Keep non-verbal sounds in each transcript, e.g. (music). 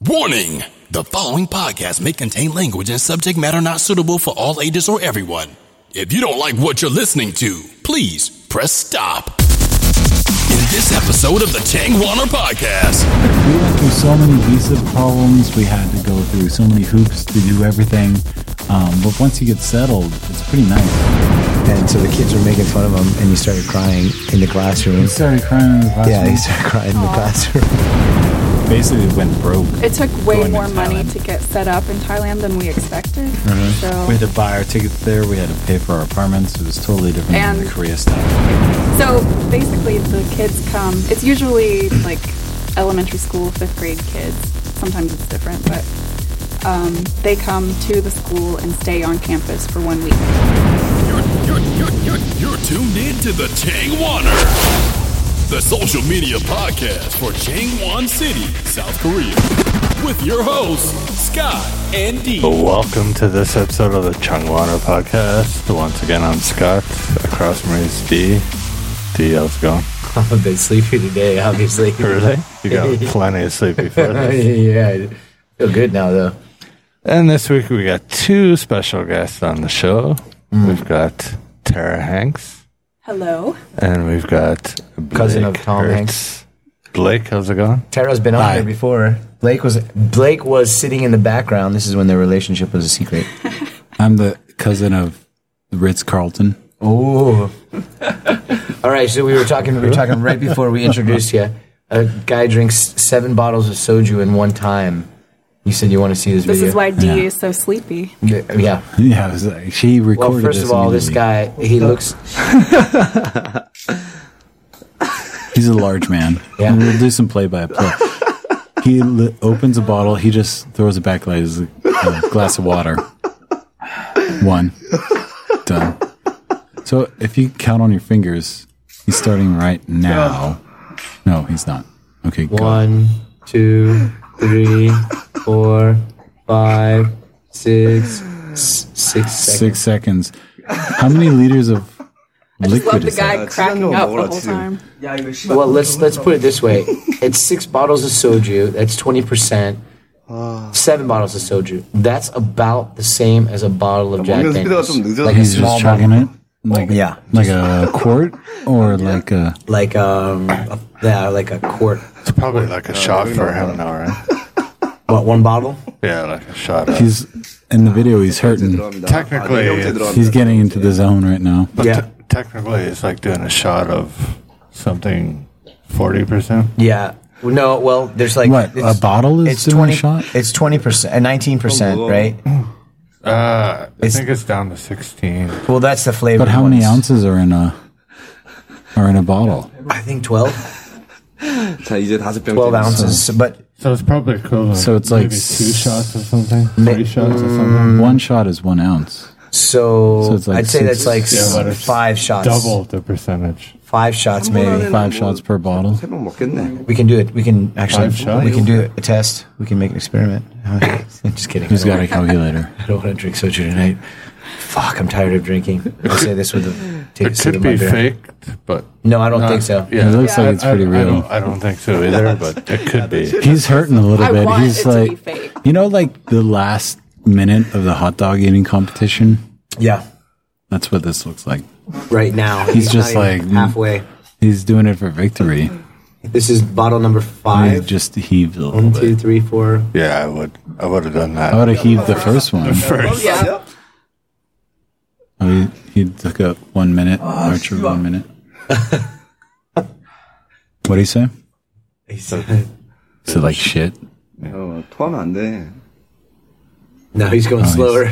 Warning The following podcast may contain language and subject matter not suitable for all ages or everyone. If you don't like what you're listening to, please press stop. In this episode of the Chang Warner Podcast, We went through so many visa problems. We had to go through so many hoops to do everything. Um, but once you get settled, it's pretty nice. And so the kids were making fun of him, and he started crying in the classroom. He started crying in the classroom. Yeah, he started crying in the classroom. basically went broke. It took way Going to more money Thailand. Mm-hmm. to get set up in Thailand than we expected. We had to buy our tickets there. We had to pay for our apartments. It was totally different than And- the Korea stuff. So, so basically, the kids come. It's usually like elementary school, fifth grade kids. Sometimes it's different, but um, they come to the school and stay on campus for one week. you're, you're, you're, you're, you're tuned in to the Chang Warner, the social media podcast for Changwon City, South Korea, with your hosts, Scott and Dee. Oh. Welcome to this episode of the Chungwana podcast. Once again, I'm Scott. Across from me is D. D, how's it going? (laughs) I've been sleepy today, obviously. Really? You got plenty of sleep before this. (laughs) yeah, I feel good now though. And this week we got two special guests on the show. Mm. We've got Tara Hanks Hello. and we've got Blake Cousin of Tom Hertz. Hanks. Blake, how's it going? Tara's been on Hi. here before. Blake was Blake was sitting in the background. This is when their relationship was a secret. I'm the cousin of Ritz Carlton. (laughs) Oh. (laughs) All right, so we were talking. We were talking right before we introduced you. A guy drinks seven bottles of soju in one time. You said you want to see this, This video. is why D Yeah. is so sleepy. Yeah. Yeah, it was like, she recorded Well, first this of all, this immediately. guy, he looks. He's a large man. (laughs) Yeah. And we'll do some play by play. He li- opens a bottle. He just throws it back like it's a a glass of water. One. Done. So if you count on your fingers, he's starting right now. No, he's not. Okay, go. One, two, three, four, five, six, s- six seconds. Six seconds. How many liters of liquid Love the is that? guy cracking up the whole time. Well, let's let's put it this way: it's six bottles of soju. That's twenty percent. Seven bottles of soju. That's about the same as a bottle of Jack Daniels. Like a He's just small chugging bottle. it? Like, Yeah. Like a quart or like a. Like um, a, yeah, like a quart. It's probably like a shot for him now, right? What one bottle? Yeah, like a shot. of- He's in the video, he's hurting. technically, it's- 음, He's getting into the zone right now. Yeah, technically, it's like doing a shot of something 40%. yeah. No, well, there's like What, it's- a bottle is it's doing a 20, shot? It's twenty percent, uh, nineteen percent, right? Uh, I It's- think it's down to 16. Well, that's the flavor. But how many ounces are in a are in a bottle? I think 12. 자 이제 다섯 병 12 ounces. But So it's probably equivalent. So it's like maybe two s- shots or something, three shots or something. One shot is one ounce. so, So it's like I'd say six- that's like Yeah, but s- it's five shots. Double the percentage. Five shots, maybe. Five shots per bottle. 세병 먹겠네. We can do it. We can actually, Five shots? we can do a test. We can make an experiment. (laughs) Just kidding. Who's I got don't- a calculator? I don't want to drink soju tonight. Fuck, I'm tired of (laughs) drinking. I say this with a take a It sip of could my be beer. faked, but No, I don't think so. Yeah, It looks Yeah. like it's pretty I, I don't, real. I don't think so either, but it could be. (laughs) He's hurting a little I bit. want He's it to be like, (laughs) fake. you know, like the last minute of the hot dog eating competition. Yeah. That's what this looks like. Right now. He's just not like, even mm. halfway. He's doing it for victory. This is bottle number I five. just heaved a little One, two, bit. three, four. Yeah, I would. I would have done I that. would have heaved the first (laughs) one. Yeah. I mean, he took up one minute, Ah, Archer one (laughs) minute. what do you say? Is it like shit? 어, 토하면 안 돼. No, he's going slower.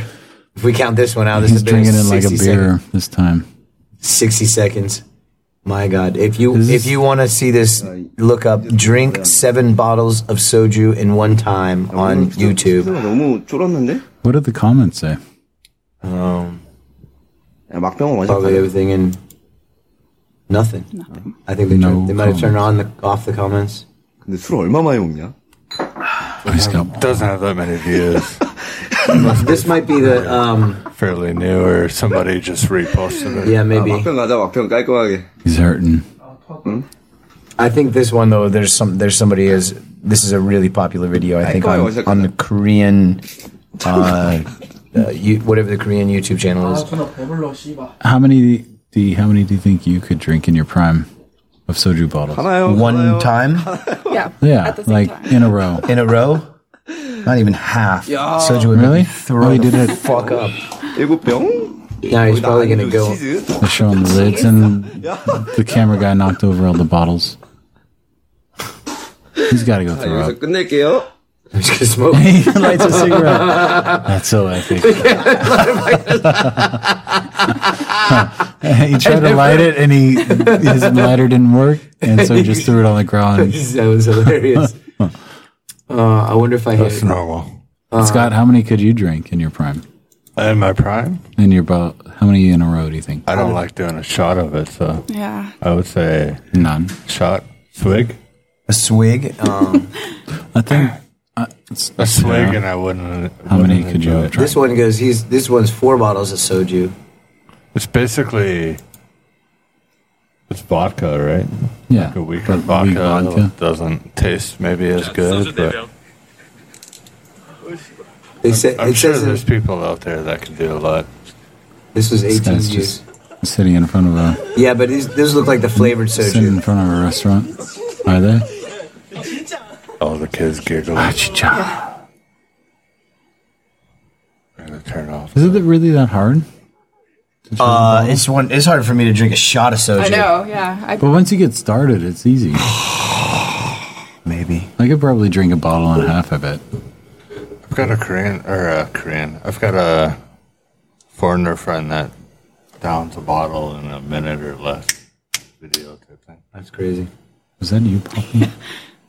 If we count this one out, this Oh, He's has been drinking it like a 60 beer seconds. this time. 60 seconds. My God. If you This if is- Uh, you want to see this, look up drink seven bottles of soju in one time on YouTube. 수도가 너무 줄었는데? What did the comments say? 야, 막병을 아, 네. 완전 Probably 가려. everything and nothing. I think they, No turned, they might have turned on comments. the off the comments. 근데 술을 얼마 많이 먹냐? Oh, he's got one. Doesn't have that many views. This might be the um Fairly new, or somebody just reposted it. yeah 아, Uh, maybe. 막병 가자, 막병 깔끔하게. 음. He's hurting. I think this one though there's some there's somebody is this is a really popular video. I think 거의 on, 어디서 on the Korean, uh, (laughs) uh, you, whatever the Korean YouTube channel is. 그나 배불러 씨바. How many do you, how many do you think you could drink in your prime of soju bottles? 하나요? One 하나요? (laughs) time Yeah. Yeah, At the same like time. in a row. in a row, not even half. Yeah. Soju would Really? really? throw Oh, you the did it. fuck up. 일곱 음. 병? Now he's probably gonna 안주, go. 치즈? They're (laughs) showing the lids, and the camera guy knocked over all the bottles. He's got to go 자, throw 여기서 up. 끝낼게요. (laughs) He's gonna smoke. he (laughs) lights a cigarette. That's so epic. (laughs) he tried to light it, and he his lighter didn't work, and so he just threw it on the ground. that was hilarious. Uh, I wonder if I hit. That's normal. Scott, how many could you drink in your prime? In my prime, In your bo- how many in a row do you think? I don't like doing a shot of it, so Yeah. I would say None. shot, swig, a swig. Um, I think uh, it's- a swig, yeah. and I wouldn't. How many wouldn't could you have enjoy it. drank? (laughs) this one goes. He's this one's four bottles of soju. It's basically it's vodka, right? Yeah, Like a weak but vodka, weak vodka. doesn't taste maybe as good. But They say I'm it sure says there's that people out there that can do a lot. this was This 18 guy's juice. just sitting in front of a Yeah, but these, those look like the flavored sitting in soju. front of a restaurant. Are they? All the kids giggle. Ah, I'm Achicha. gonna turn off. Is it really that hard? Uh, it's one. It's hard for me to drink a shot of soju. I know. Yeah. I, But once you get started, it's easy. Maybe. I could probably drink a bottle and a half of it. I've got a Korean or a Korean. I've got a foreigner friend that downs a bottle in a minute or less. Video type thing. That's crazy. Was that you, Poppy?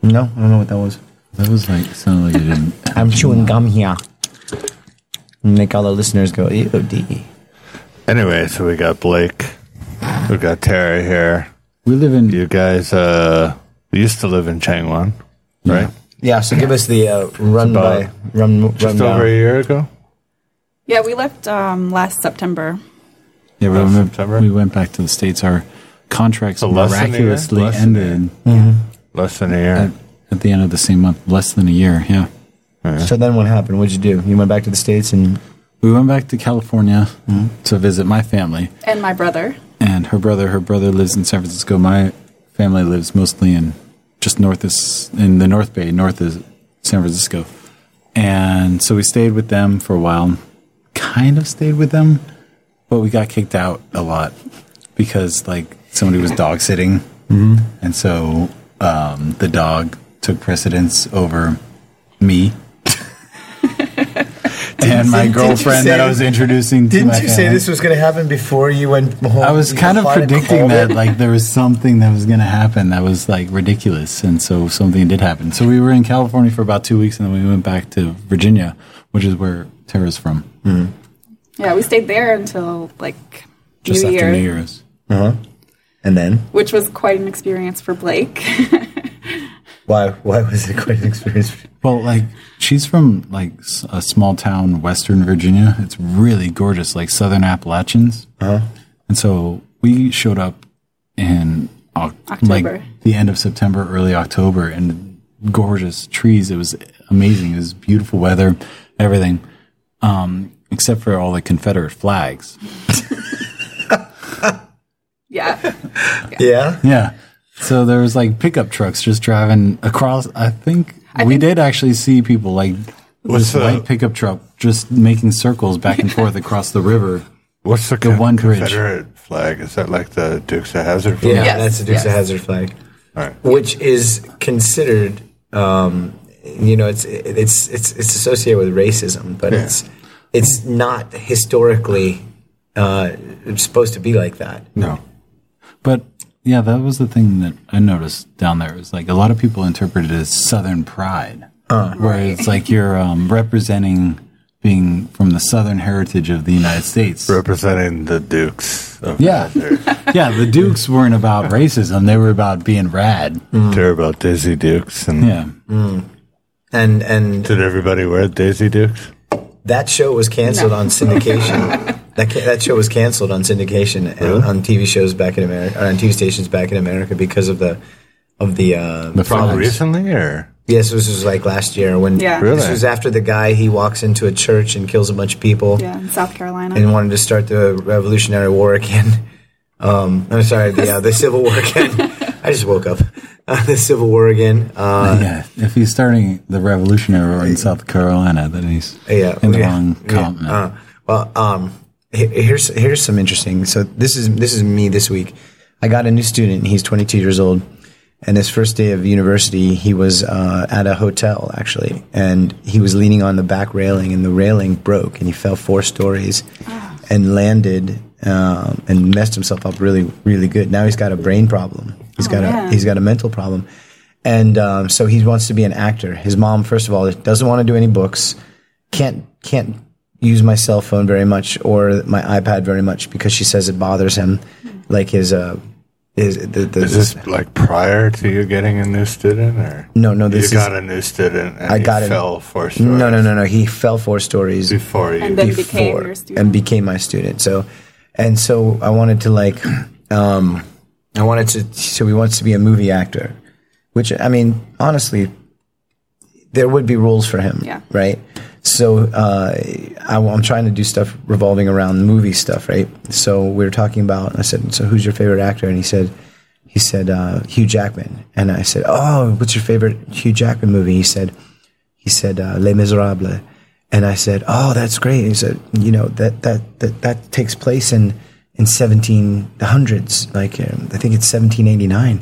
No, I don't know what that was. That was like sounded like you didn't. I'm chewing gum here. Make all the listeners go ew. D. E." Anyway, so we got Blake. We got Terry here. We live in You guys uh, used to live in Changwon, right? Yeah. So give us the uh, run by about- run run Just over a year ago. yeah. We left um, last September. yeah. We, Oh, went, September? we went back to the states. Our contracts So less than a year? miraculously Less than a ended Less than a year. at, at the end of the same month, less than a year. Yeah. So then what happened? What'd you do? You went back to the states and We went back to California Mm-hmm. to visit my family. And my brother. and her brother. Her brother lives in San Francisco. My family lives mostly in just north is in the North Bay, north of San Francisco. And so we stayed with them for a while. Kind of stayed with them, but we got kicked out a lot because like somebody was dog sitting, Mm-hmm. and so um, the dog took precedence over me. (laughs) (laughs) and my did you girlfriend that I say- was introducing to my didn't you say family. this was going to happen before you went home? I was kind of predicting that like there was something that was going to happen that was like ridiculous, and so something did happen. So we were in California for about two weeks, and then we went back to Virginia, which is where Tara's from, Yeah. We stayed there until like just New after Year, New Year's. And then which was quite an experience for Blake. (laughs) why? Why was it quite an experience? Well, like she's from like s- a small town, Western Virginia. It's really gorgeous, like Southern Appalachians. And so we showed up in Oc- October. like the end of September, early October, and gorgeous trees. It was amazing. It was beautiful weather, everything, um, except for all the Confederate flags. yeah. Yeah. Yeah. So there was like pickup trucks just driving across. I think we did actually see people like What's this white the pickup truck just making circles back and forth across the river. what's the, one bridge. Confederate flag? Is that like the Dukes of Hazard? flag? Yeah, Yes, that's a Dukes of yes. Hazard flag, Alright. which is considered, um, you know, it's it's it's it's associated with racism, but it's it's not historically uh, it's supposed to be like that. No. But yeah, that was the thing that I noticed down there. It was like a lot of people interpret it as Southern pride, Uh. where it's like you're um, representing being from the Southern heritage of the United States. Representing the Dukes of Yeah. Hazard. Yeah, the Dukes weren't about racism; they were about being rad. Care about Daisy Dukes and Yeah, And and did everybody wear Daisy Dukes? that show was canceled on (laughs) syndication. That, ca- that show was canceled on syndication and on TV shows back in America, or on TV stations back in America because of the of the uh, The flag. problems. Recently or Yes, this was like last year when Yeah. Really? this was after the guy he walks into a church and kills a bunch of people Yeah, in South Carolina. and wanted to start the Revolutionary War again. Um, I'm sorry, the uh, the Civil War (laughs) again. I just woke up. Uh, the Civil War again. Uh, yeah, if he's starting the Revolutionary War in South Carolina, then he's yeah, in the yeah, wrong yeah. continent. Uh, well, um, he- here's here's some interesting. So this is this is me this week. I got a new student. He's 22 years old, and his first day of university, he was uh, at a hotel actually, and he was leaning on the back railing, and the railing broke, and he fell four stories, and landed. Um, and messed himself up really, really good. Now he's got a brain problem. He's got man. a he's got a mental problem, and um, so he wants to be an actor. His mom, first of all, doesn't want to do any books can't can't use my cell phone very much or my iPad very much because she says it bothers him, like his uh his the, the, Is this like prior to you getting a new student, or No, no, this you is- got a new student. And I I got got it. fell for stories no no no no he fell four stories before you. And then became before your student. and became my student. So and so I wanted to like um I wanted to so he wants to be a movie actor, which I mean honestly there would be rules for him, Yeah. right? So uh, I, am trying to do stuff revolving around movie stuff, right? So we were talking about. I said, "So who's your favorite actor?" And he said, "He said uh, Hugh Jackman." And I said, "Oh, what's your favorite Hugh Jackman movie?" He said, "He said uh, Les Miserables." And I said, "Oh, that's great." He said, "You know that that that that takes place in in 17 the hundreds, like um, I think it's 1789."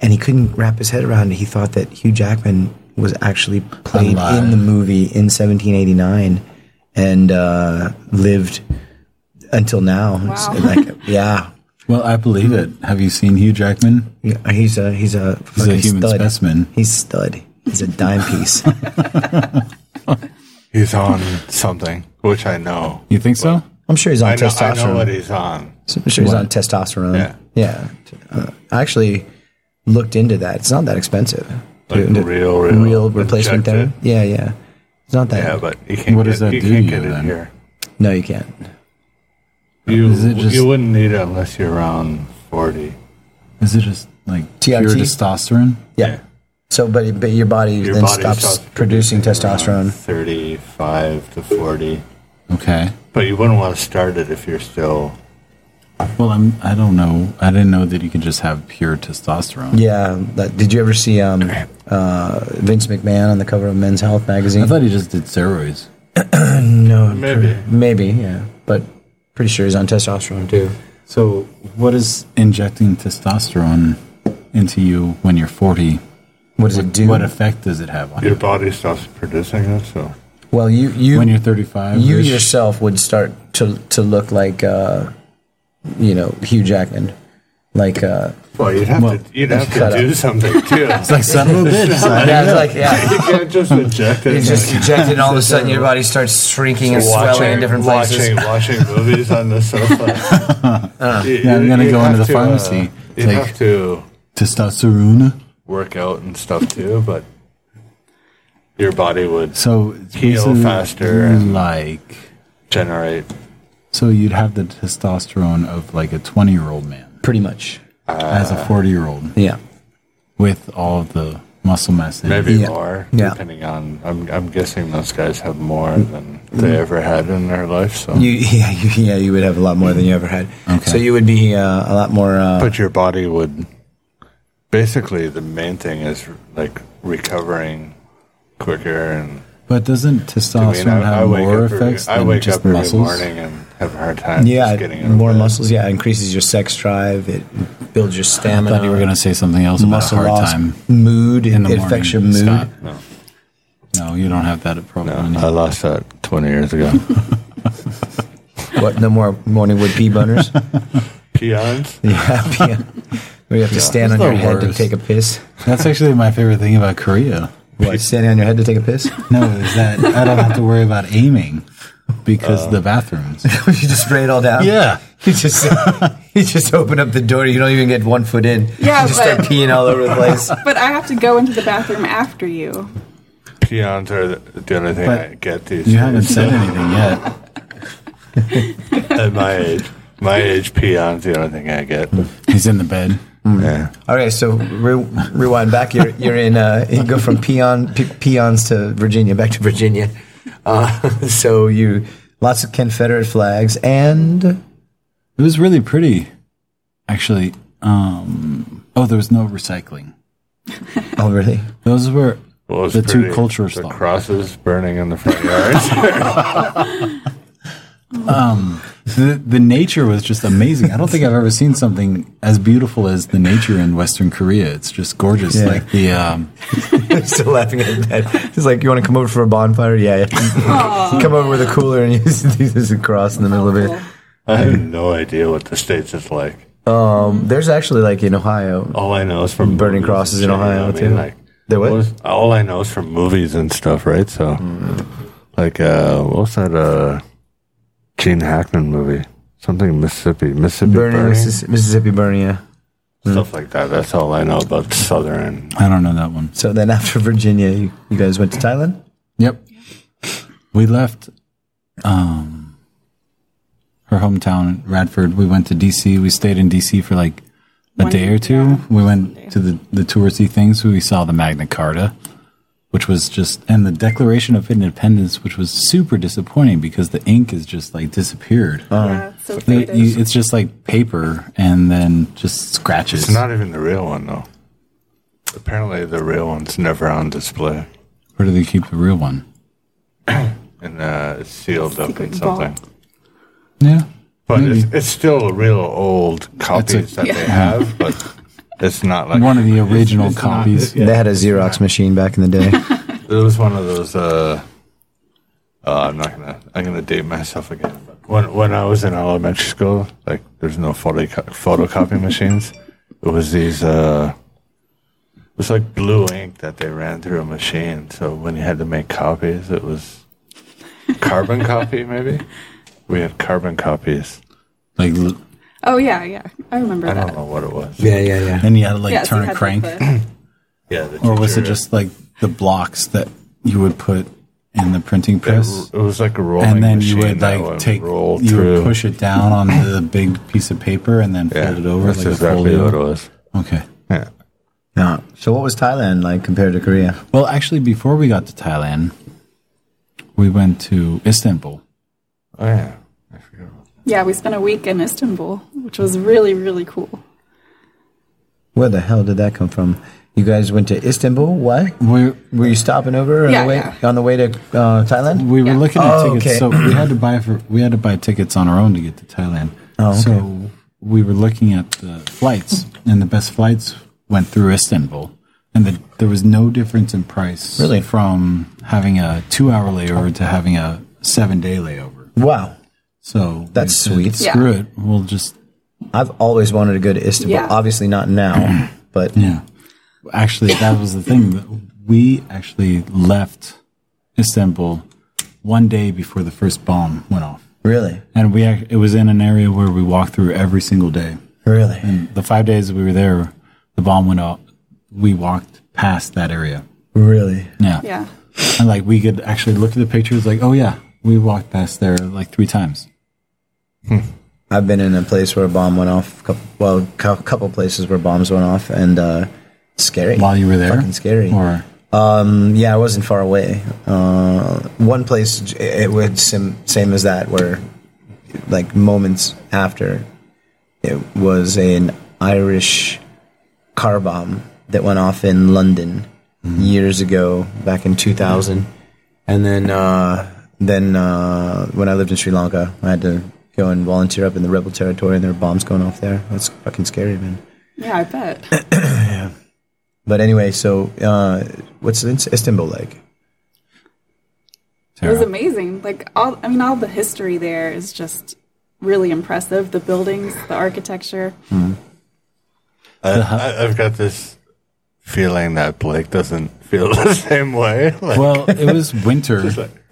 and he couldn't wrap his head around it. He thought that Hugh Jackman was actually played Alive. in the movie in 1789 and uh, lived until now. It's Wow. like, yeah, well, I believe it. Have you seen Hugh Jackman? Yeah, he's a he's He's a a fucking human stud. specimen. He's stud. He's a dime piece. (laughs) He's on something, which I know. You think so? I'm sure he's on I know, I testosterone. know what he's on. I'm sure he's on testosterone. Yeah. yeah. Uh, I actually looked into that. It's not that expensive. Like Dude, real, real, real replacement injected. therapy. Yeah, yeah. It's not that. Yeah, but you can't. What get, does that you do can't to get you, it then? here. no, you can't. You Is it just- you wouldn't need it unless you're around forty. Is it just like TRT? pure testosterone? Yeah. So, but but your body Your then body stops, producing around testosterone. Thirty-five to forty, Okay. but you wouldn't want to start it if you're still. Well, I'm. I don't know. I didn't know that you could just have pure testosterone. Yeah. That, did you ever see um, uh, Vince McMahon on the cover of Men's Health I magazine? thought he just did steroids. no, Maybe. maybe, yeah. But pretty sure he's on testosterone too. So, what is injecting testosterone into you when you're 40? What does it do? What effect does it have on Your you? body stops producing it, so well, you you When you're 35, you yourself would start to to look like uh, you know Hugh Jackman, like uh, well, you'd have to (laughs) you'd have cut to do something too. like son (laughs) of a bitch. son. yeah, it's like yeah. (laughs) you (laughs) can't just inject it. It's just ejected, all of a sudden your body starts shrinking and swelling in different places. watching, (laughs) watching movies on the sofa. (laughs) You- Uh, Yeah, I'm you- gonna you'd go into have the to, uh, pharmacy, you'd take- have to Testosterone. work out and stuff too, but your body would So it's Heal basically faster and- Like generate. so, you'd have the testosterone of like a 20 year old man Pretty much, Ah. as a 40 year old yeah. with all of the muscle mass. that- Maybe Yeah. more, Yeah. depending on. I'm, I'm guessing those guys have more than they Mm. ever had in their life. So, You, (laughs) yeah, you, yeah, you would have a lot more than you ever had. Okay. So you would be uh, a lot more. Uh, but your body would. Basically, the main thing is like recovering quicker and. But doesn't testosterone have more effects every, I than wake just up every muscles? morning and have a hard time. yeah, just getting out of more bed. muscles. Yeah, increases your sex drive. It builds your I stamina. thought you were going to say something else about a muscle hard loss, time mood. in the it morning. affects your mood. Scott. No. No, you don't have that No, problem. I lost that 20 years ago. What? No more morning wood pee (laughs) bunners. (laughs) Peons? yeah, yeah. Where you have to stand on That's your the head to worst. take a piss. Uh, That's actually my favorite thing about Korea. What? Standing on your head to take a piss? (laughs) No, is (laughs) that I don't have to worry about aiming because the (laughs) bathrooms. you just spray it all down. Yeah. (laughs) You just you just open up the door. You don't even get one foot in. Yeah, you just but- start peeing all over the place. but I have to go into the bathroom after you. Peons are the, the only thing But I get these You haven't days said anything yet. at my age. My age, peons, the only thing I get. Mm. He's in the bed. Yeah. All right, so re- rewind back. You're you're in. Uh, you go from peon pe- peons to Virginia, back to Virginia. Uh, (laughs) so you lots of Confederate flags and It was really pretty, actually. Um, oh, there was no recycling. oh really? Those were Well, it's the two pretty- cultures. The though. crosses burning in the front (laughs) yard. The, the nature was just amazing. I don't think I've ever seen something as beautiful as the nature in Western Korea. It's just gorgeous. Yeah. Like the um, I'm still laughing at that. He's like, you want to come over for a bonfire? Yeah. yeah. come over with a cooler and use (laughs) there's a cross in the middle of it. I have no idea what the states is like. There's actually like in Ohio. All I know is from Burning movies crosses and in shit, you Ohio, know what I too. mean? Like, They what? was- all I know is from movies and stuff, right? So, like, uh, what was that? Uh, Gene Hackman movie, something Mississippi, Mississippi Burning, burning, Missis- Mississippi burning. Yeah. stuff like that. That's all I know about Southern. I don't know that one. So then after Virginia, you, you guys went to Thailand. Yep. We left um, her hometown, Radford. We went to DC. We stayed in DC for like a One- day or two. yeah, we went to the, the touristy things. We saw the Magna Carta, which was just, and the Declaration of Independence, which was super disappointing because the ink is just like disappeared. Oh. yeah, it's so They- faded. you- it's just like paper and then just scratches. It's not even the real one though. Apparently, the real one's never on display, Where do they keep the real one? and uh, it's sealed up in Secret something. vault. Yeah. But Maybe. it's, it's still real old copies that they have, but it's not like One of the it's- original it's not- copies. yeah. They had a Xerox machine back in the day. (laughs) It was one of those. Uh, uh, I'm not gonna. I'm gonna date myself again. When when I was in elementary school, like there's no photo photocopy machines. It was these. Uh, it was like blue ink that they ran through a machine. So when you had to make copies, it was carbon copy. Maybe we had carbon copies. Like, l- oh yeah, yeah. I remember I that. don't know what it was. yeah, yeah, yeah. and you had to like Yeah, so turn you a had, crank. Like, the- Yeah. The or was it teacher- just like the blocks that you would put in the printing It, press? it was like a rolling and then you machine would that like take, roll you through. would push it down on the big piece of paper and then yeah, fold it over That's like exactly a folio. what it was. Okay. Yeah. No. So what was Thailand like compared to Korea? Well, actually, before we got to Thailand, we went to Istanbul. Oh yeah. I forgot. yeah, we spent a week in Istanbul, which was really really cool. Where the hell did that come from? You guys went to Istanbul? Why? We're Were you stopping over on, Yeah, the, way, yeah. on the way to uh, Thailand? We were Yeah. looking at Oh, tickets, okay. so we had to buy for we had to buy tickets on our own to get to Thailand. Oh, So we were looking at the flights, and the best flights went through Istanbul, and the, there was no difference in price Really? from having a two-hour layover to having a seven-day layover. Wow. So we That's said, sweet. Yeah. Screw it, we'll just I've always wanted to go to Istanbul. Yeah. Obviously not now, (clears throat) but Yeah. Actually, that was the thing. that We actually left Istanbul one day before the first bomb went off. really, And we ac- it was in an area where we walked through every single day. really. The five days we were there, the bomb went off. We walked past that area. Really? Yeah. Yeah, And like we could actually look at the pictures like, oh yeah, we walked past there like three times. I've been in a place where a bomb went off. Couple, well, a couple places where bombs went off, and uh, scary. While you were there. Fucking scary. Or Um, yeah, I wasn't far away. Uh, one place j- it was sim- same as that, where like moments after it was an Irish car bomb that went off in London years ago, back in 2000, and then uh, then uh, when I lived in Sri Lanka, I had to go and volunteer up in the rebel territory, and there were bombs going off there. That's fucking scary, man. yeah, I bet. But anyway, so uh, what's Istanbul like? It was Tara. amazing. Like all, I mean, all the history there is just really impressive. The buildings, the architecture. I, Uh-huh. I, I've got this feeling that Blake doesn't feel (laughs) the same way. Like, Well, it was winter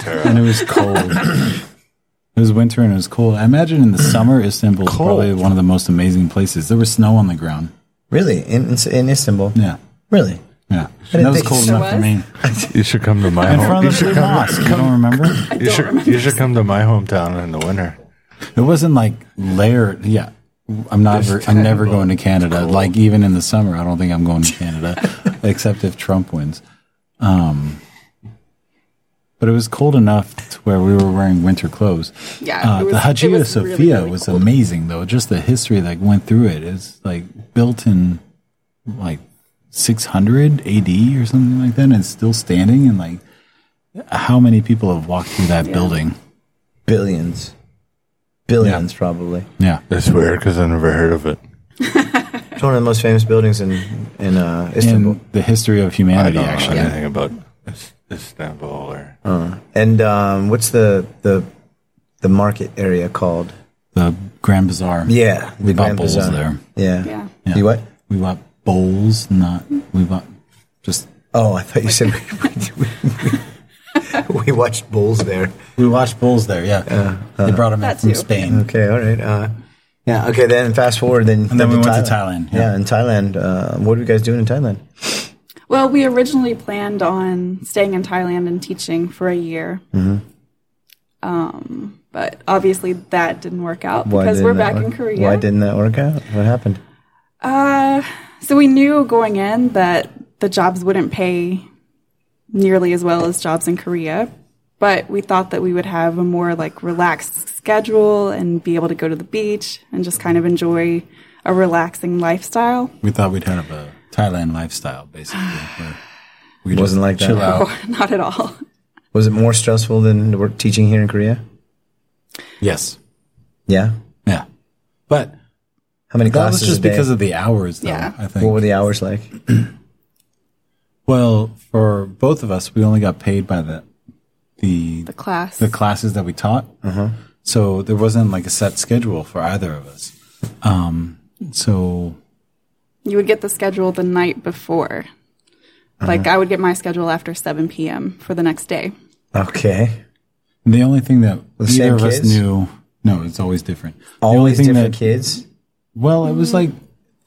and it was cold. it was winter and it was cold. I imagine in the summer Istanbul is probably one of the most amazing places. There was snow on the ground. Really, in in, in Istanbul? Yeah. Really? Yeah. didn't That was think cold there enough for was. me. you should come to my In front of the mosque. You don't remember? I You don't should, remember. you should come to my hometown in the winter. It wasn't like layered. Yeah. I'm not. ver- I'm never going to Canada. Like even in the summer, I don't think I'm going to Canada, except if Trump wins. Um, but it was cold enough to where we were wearing winter clothes. Yeah, uh, it was- the it Hagia was really, Sophia really was cold. amazing, though. Just the history that went through it is like built in like 600 AD or something like that, and it's still standing. And like, how many people have walked through that building? Billions. Billions, probably. Yeah, That's weird because I never heard of it. It's one of the most famous buildings in in uh, Istanbul. and the history of I humanity Oh, don't actually. know anything about Is- Istanbul or And um, what's the the the market area called? the Grand Bazaar. Yeah, we bought Grand bowls Bazaar. there. Yeah. Yeah. Yeah. You what? We bought bowls, not we bought just Oh, I thought you (laughs) said we, we, we, we watched bulls there. we watched bowls there. Yeah, they brought them in That from too. Spain. Uh, Okay, all right. Uh, yeah. Okay, then fast forward. Then And then we went to Thailand, Yeah. yeah. in Thailand. Uh, what are you guys doing in Thailand? Well, we originally planned on staying in Thailand and teaching for a year. Um, Mm-hmm. but obviously that didn't work out because didn't we're that back in work- Korea. Why didn't that work out? What happened? Uh, so we knew going in that the jobs wouldn't pay nearly as well as jobs in Korea, but we thought that we would have a more like relaxed schedule and be able to go to the beach and just kind of enjoy a relaxing lifestyle. (laughs) We thought we'd have a Thailand lifestyle basically. where we Wasn't like that. chill (laughs) out. Not at all. Was it more stressful than work teaching here in Korea? Yes, Yeah. yeah, but How many that classes was just a day? because of the hours, though. Yeah. I think. what were the hours like? well, for both of us, we only got paid by the the The class. the classes that we taught. Uh-huh. So there wasn't like a set schedule for either of us. Um, so you would get the schedule the night before. Like I would get my schedule after 7 p.m. for the next day. Okay. the only thing that the same either of us kids? knew, no, it's always different. The only Always thing different that- kids. Well, it was like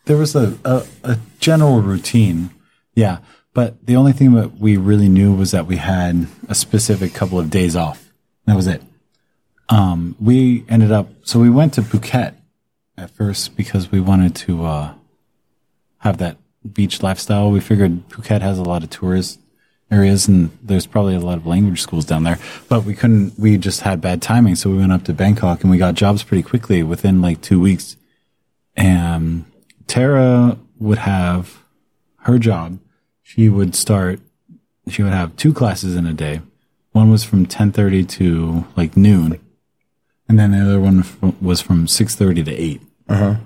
there was a, a, a general routine. Yeah. But the only thing that we really knew was that we had a specific couple of days off. That was it. Um, we ended up, so we went to Phuket at first because we wanted to uh, have that beach lifestyle. We figured Phuket has a lot of tourist areas and there's probably a lot of language schools down there, but we couldn't, we just had bad timing. So we went up to Bangkok and we got jobs pretty quickly within like two weeks and Tara would have her job. She would start. She would have two classes in a day. One was from ten thirty to like noon, and then the other one f- was from six thirty to eight. Uh-huh.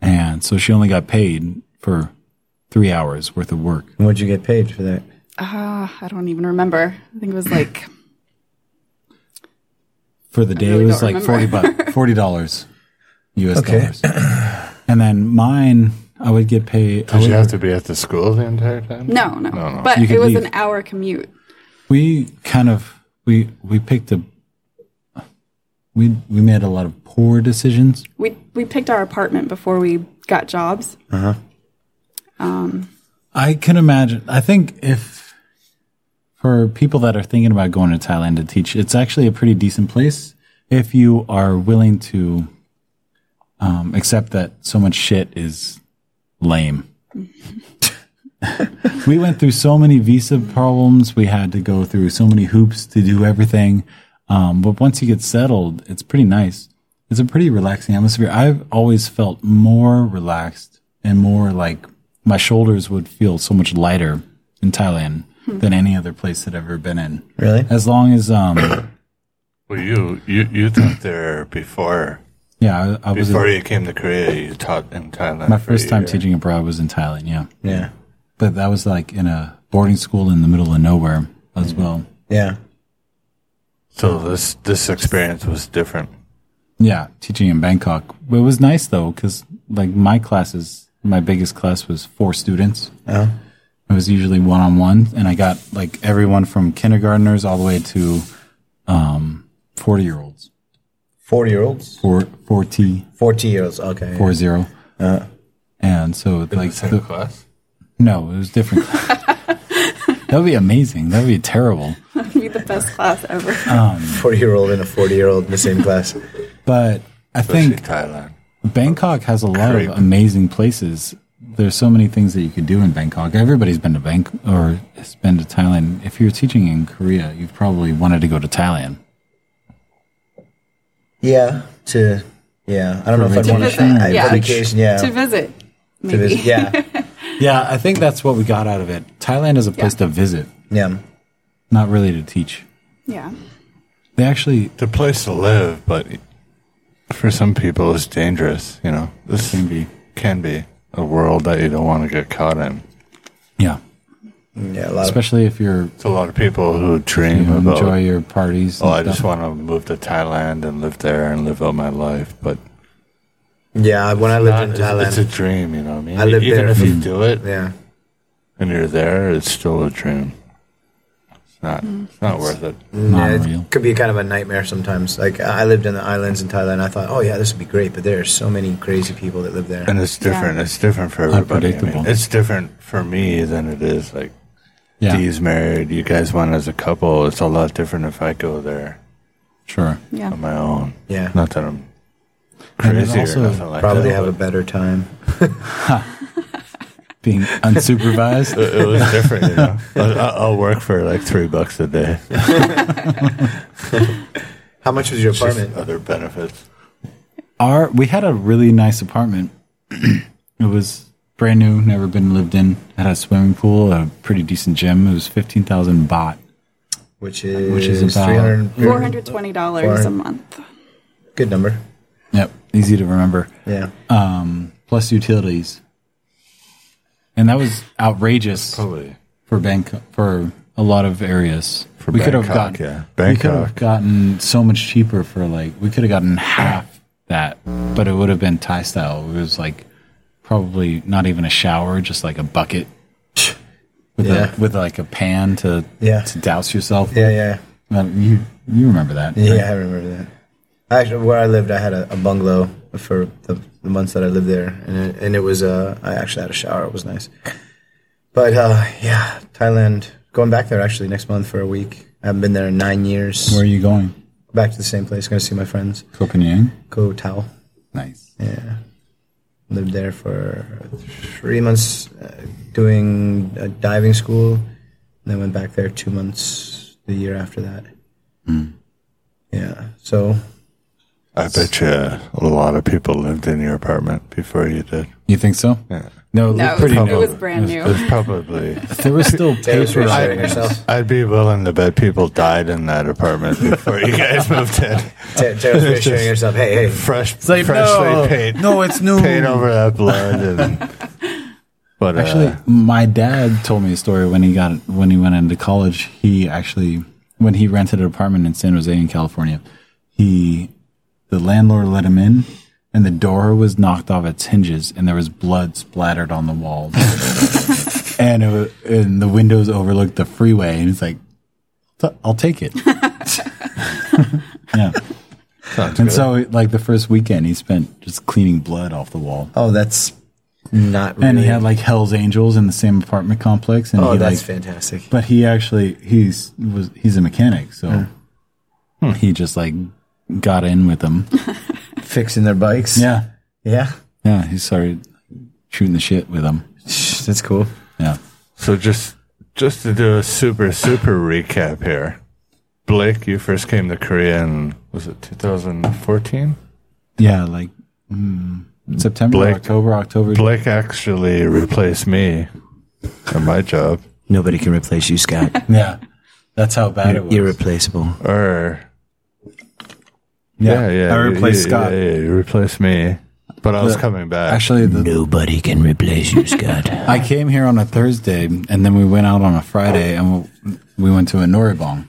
And so she only got paid for three hours worth of work. And what'd you get paid for that? Ah, I don't even remember. I think it was like For the day, really it was don't like forty remember. (laughs) bucks, forty dollars, U.S. Okay. dollars. And then mine, I would get paid. I Did would- you have to be at the school the entire time? no, no. But You could it was leave. an hour commute. we kind of we we picked a we we made a lot of poor decisions We we picked our apartment before we got jobs. (laughs) i can imagine i think if for people that are thinking about going to thailand to teach it's actually a pretty decent place if you are willing to um, accept that so much shit is lame (laughs) we went through so many visa problems. We had to go through so many hoops to do everything. Um, but once you get settled, it's pretty nice. It's a pretty relaxing atmosphere. I've always felt more relaxed and more like my shoulders would feel so much lighter in Thailand than any other place that I've ever been in. Really? As long as, um, Well, you you you taught there before yeah, I, I was before in, you came to Korea. You taught in Thailand. my for a first time year. teaching abroad was in Thailand. Yeah. Yeah. But that was like in a boarding school in the middle of nowhere as well. Yeah. So this this experience was different. Yeah, teaching in Bangkok. It was nice though, because like my classes, my biggest class was four students. Yeah. It was usually one on one, and I got like everyone from kindergartners all the way to um, 40 year olds. Forty year olds. Four, 40, Forty year olds. Okay. 40. And so, like, the- class. no, it was different. that would be amazing. That would be terrible. It'd be the best class ever. (laughs) Forty year old and a forty year old in the same class. But I Especially think Thailand. Bangkok has a lot Creep. of amazing places. There's so many things that you could do in Bangkok. Everybody's been to Bangkok or has been to Thailand. If you're teaching in Korea, you've probably wanted to go to Thailand. Yeah. To yeah. I don't know if I'd To want visit, to yeah. vacation. Yeah. to visit. To Maybe. visit. Yeah. Yeah, I think that's what we got out of it. Thailand is a place to visit, Yeah. not really to teach. yeah. They actually The place to live, but for some people, it's dangerous. You know, this can be. can be a world that you don't want to get caught in. Yeah. Yeah. A lot of Especially if you're It's a lot of people who you dream know, about. enjoy your parties. oh, and I just stuff. want to move to Thailand and live there and live out my life, but yeah. When I not, lived in it's, it's Thailand, a dream. You know, what I mean, I lived even there. if you do it yeah, and you're there, it's still a dream. It's not. It's not worth it. Not Yeah, real. it could be kind of a nightmare sometimes. Like I I lived in the islands in Thailand. I thought, oh yeah, this would be great, but there are so many crazy people that live there. And it's different. It's different for everybody. I mean, Unpredictable. it's different for me than it is like Yeah, Dee's married. You guys went as a couple. It's a lot different if I go there sure. Yeah. on my own. Yeah. Not that I'm And then crazy also or nothing like Probably that. have a better time. Being (laughs) unsupervised. it, it was different, (laughs) you know. I- I- I'll work for like three bucks a day. How much was your Just apartment? uh, other benefits. Our we had a really nice apartment. (clears throat) it was brand new, never been lived in. Had a swimming pool, a pretty decent gym. It was fifteen thousand baht. Which is Which is about- 300 Four hundred twenty dollars a Foreign- month. Good number. Yep, easy to remember. Yeah. Um, plus utilities, and that was outrageous Probably. for Bangkok for a lot of areas. For we could have Bangkok, gotten yeah. we could have Bangkok. gotten so much cheaper for like we could have gotten half that, but it would have been Thai style. It was like probably not even a shower, just like a bucket (sniffs) with Yeah. a, with like a pan to Yeah. to douse yourself. Yeah, yeah. Uh, you you remember that? Yeah, right? I remember that. Actually, where I lived, I had a, a bungalow for the, the months that I lived there, and it, and it was uh, I actually had a shower. It was nice. But uh, yeah, Thailand. Going back there actually next month for a week. I haven't been there in nine years. Where are you going? back to the same place. Going to see my friends. Copenhagen. Koh Tao. Nice. Yeah, lived there for three months uh, doing a diving school, and then went back there two months the year after that. Mm. Yeah, so I bet you a lot of people lived in your apartment before you did. You think so? Yeah. No, it looked No, it was, pretty it new. was brand new. There's probably. There was still There's paper. sharing on it. yourself. I'd be willing to bet people died in that apartment before you guys (laughs) moved in. (laughs) Ter- Tara's reassuring herself, hey, hey, Fresh, It's like freshly no, paint, no, it's new. paint over that blood. And, (laughs) but uh, Actually, my dad told me a story when he got when he went into college. He actually, when he rented an apartment in San Jose in California, he the landlord let him in, and the door was knocked off its hinges, and there was blood splattered on the walls, and it, wa- and the windows overlooked the freeway, and he's like, "T- "I'll take it." yeah. and so, like the first weekend, he spent just cleaning blood off the wall. oh, that's not really. And he had like Hell's Angels in the same apartment complex, and oh, he that's like, fantastic. but he actually he's was he's a mechanic, so Hmm. he just like got in with them. fixing their (laughs) bikes. yeah, Yeah. yeah, he started shooting the shit with them. That's cool. Yeah, So just just to do a super super recap here, Blake, you first came to Korea in was it 2014? yeah, like mm, September, Blake- October, October. Blake actually replaced me in my job, Nobody can replace you, (laughs) Scott. Yeah, that's how bad it was. Irreplaceable. or yeah, I you- replaced you- Scott. Yeah, yeah, you replaced me, but I was coming back. Actually, the, Nobody can replace you, Scott. I came here on a Thursday, and then we went out on a Friday, and we, we went to a noribong.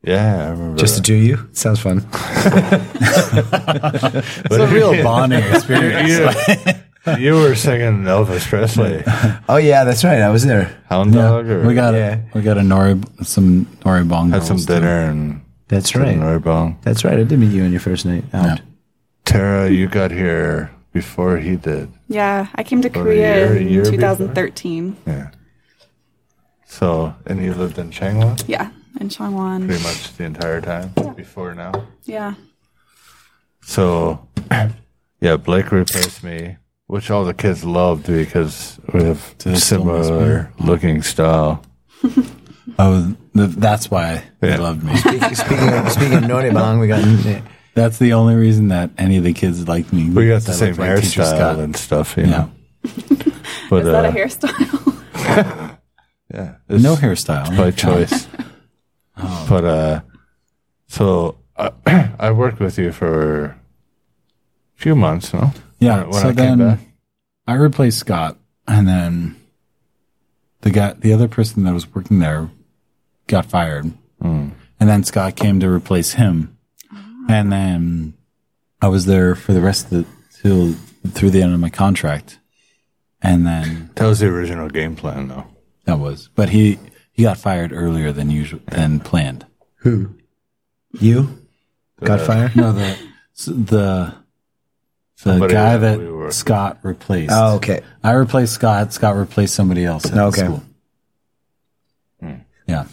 yeah, I (laughs) remember. Just to do you? Sounds fun. It's (laughs) a real bonding experience. that. you, you were singing Elvis (laughs) Presley, Oh yeah, that's right. I was there. Hound Dog. Or, We got Yeah. we got a nori some nori bong. had some dinner and That's right. right. That's right. I did meet you on your first night out. Tara, you got here before he did. Yeah, I came to a Korea year- a year in before? 2013. Yeah. So, and you lived in Changwon Yeah, in Changwon. pretty much the entire time before now. Yeah, So, (clears throat) Yeah, Blake replaced me, which all the kids loved because we have it's almost similar looking style. Oh, th- that's why they Yeah. loved me. (laughs) Speaking, speaking of, speaking of Norebang, we got That's the only reason that any of the kids liked me. We got the That same looked like Teacher Scott. hairstyle and stuff, you yeah. know. But Is that uh, a hairstyle? yeah, No it's- hairstyle. by (laughs) choice. But uh, so uh, (clears throat) I worked with you for a few months, no? Yeah. When- when so I came then back. I replaced Scott, and then the guy, the other person that was working there, got fired, Hmm. and then Scott came to replace him, and then I was there for the rest of the till through the end of my contract, and then That was the original game plan, though. that was, but he he got fired earlier than usual than planned. Who? You? Uh, Godfire? No, the s- the the Somebody guy that that we were- Scott replaced. Oh, (laughs) okay. I replaced Scott. Scott replaced somebody else at Okay. the school. Hmm. Yeah,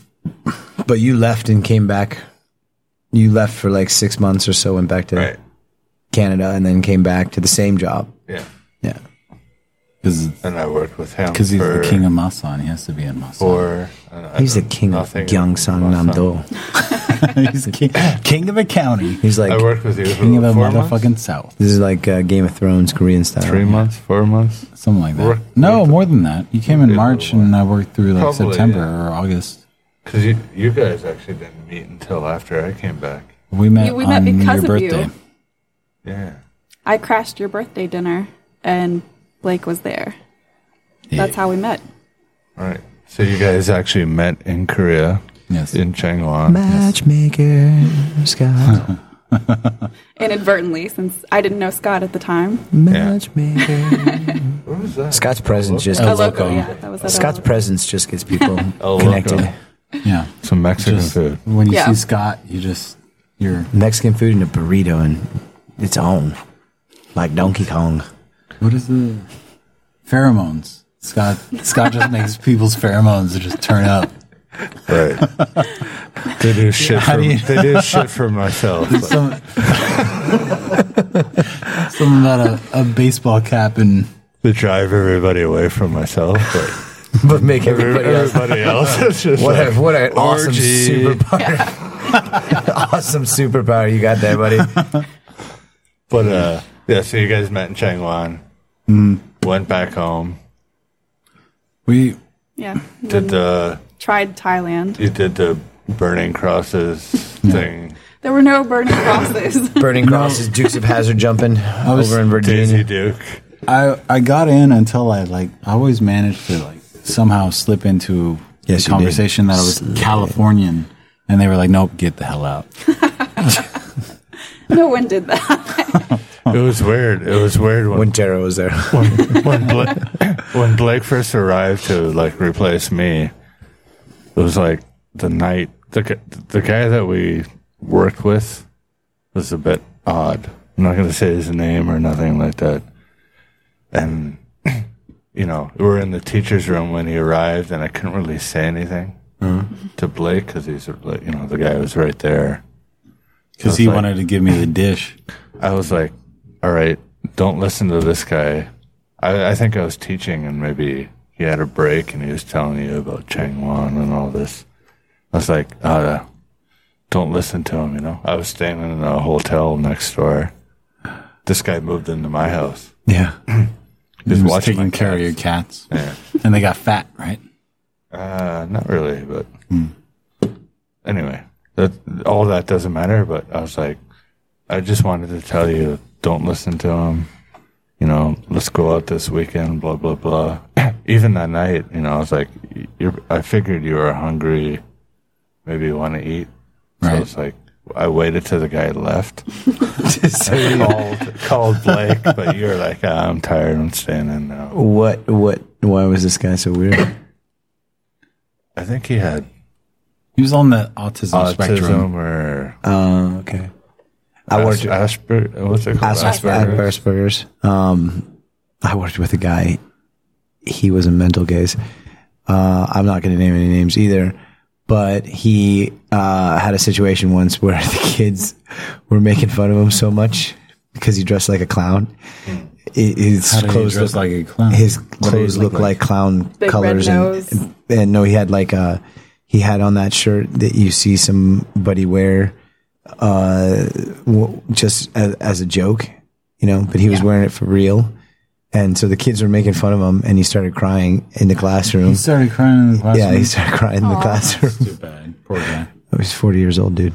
But you left and came back. You left for like six months or so, went back to Canada, and then came back to the same job. Yeah. Yeah. because And I worked with him he's the for- king of Masan. He has to be in Masan. for uh, He's the king of nothing Gyeongsang about (laughs) Namdo. he's the king, king of the county, He's like, I worked with you for king of the four months? motherfucking south, this is like uh, Game of Thrones Korean style. Three months, four months. something like that. Work- no, worked- more than that. You came in Yeah, March, well, and I worked through like probably, September yeah. or August. Because you, you guys actually didn't meet until after I came back. We met Yeah, we met on because your of you. birthday. Yeah. I crashed your birthday dinner, and Blake was there. That's how we met. All right. So you guys actually met in Korea, Yes. in Changwon. Matchmaker, (laughs) Scott. Inadvertently, since I didn't know Scott at the time. Matchmaker. What was that? Scott's presence just Oh, A gets local, Loco. yeah, that was at Scott's a- presence just gets (laughs) people El connected. Loco. Yeah. Some Mexican Just food. when you Yeah. see Scott, you just you're Mexican food and a burrito and it's on. Like Donkey Kong. What is the pheromones? Scott Scott (laughs) just makes people's pheromones just turn up. (laughs) Right. they do shit. How For, do you- they do shit for (laughs) myself. but- Some, something about a, a baseball cap and to drive everybody away from myself, but but make everybody else. everybody else is (laughs) just What like, a, (laughs) what an awesome orgy. superpower. (laughs) awesome superpower you got there, buddy. But uh, yeah, so you guys met in Changwon, Hmm. went back home, we Yeah. And did then the tried Thailand. you did the burning crosses thing, There were no burning crosses. (laughs) Burning crosses, Dukes of Hazard jumping was- over in Daisy Virginia. Duke. I I got in until I like I always managed to like somehow slip into Yes, the you did. conversation that I was Californian and they were like, Nope, get the hell out. no one did that. It was weird. It was weird when When Jero was (laughs) there. when when, Bla- (coughs) when Blake first arrived to like replace me, it was like the night the gu- the guy that we worked with was a bit odd. I'm not gonna say his name or nothing like that. And (coughs) you know, we were in the teacher's room when he arrived, and I couldn't really say anything to Blake because he's like, you know the guy was right there. Because he wanted to give me the dish. I was like, all right, don't listen to this guy. I, I think I was teaching and maybe he had a break and he was telling you about Changwon and all this. I was like, uh, don't listen to him, you know? I was staying in a hotel next door. This guy moved into my house. Yeah. He Just was watching taking my care of your cats. cats. Yeah. And they got fat, right? Uh, not really, but Hmm. anyway, that all that doesn't matter. But I was like, I just wanted to tell you, don't listen to him. You know, let's go out this weekend. Blah blah blah. (clears throat) Even that night, you know, I was like, y- you're, I figured you were hungry. Maybe you want to eat. So Right. it's like I waited till the (laughs) guy left. (laughs) I called called Blake, but you're like, "Ah, I'm tired. I'm staying in now. What, what, why was this guy so weird? I think he had He was on the autism, spectrum. autism or Uh, okay. I worked, Asperger. What's it called? Asperger's. Asperger's. Um, I worked with a guy. He was a mental gaze. Uh, I'm not going to name any names either, but (laughs) he uh, had a situation once where the kids were making fun of him so much because he dressed like a clown. I- His How did he clothes dress look like a clown? His Uh-huh. What did he clothes look look like, like? clown Big colors, red and, nose. and and no, he had like a he had on that shirt that you see somebody wear, uh, w- just as, as a joke, you know. But he was wearing it for real, and so the kids were making fun of him, and he started crying in the classroom. He started crying in the classroom. Yeah, he started crying in the (laughs) classroom. Too bad. Poor guy. Oh, he's forty years old, dude.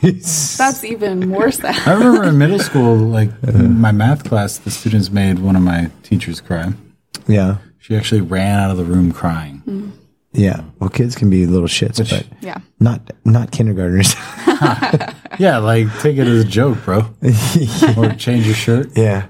That's even more sad. (laughs) I remember in middle school, like Uh-huh. in my math class, the students made one of my teachers cry. (laughs) yeah, She actually ran out of the room crying. yeah. Well, kids can be little shits, but Yeah. not not kindergartners. (laughs) Yeah, like take it as a joke, bro. or change your shirt. Yeah.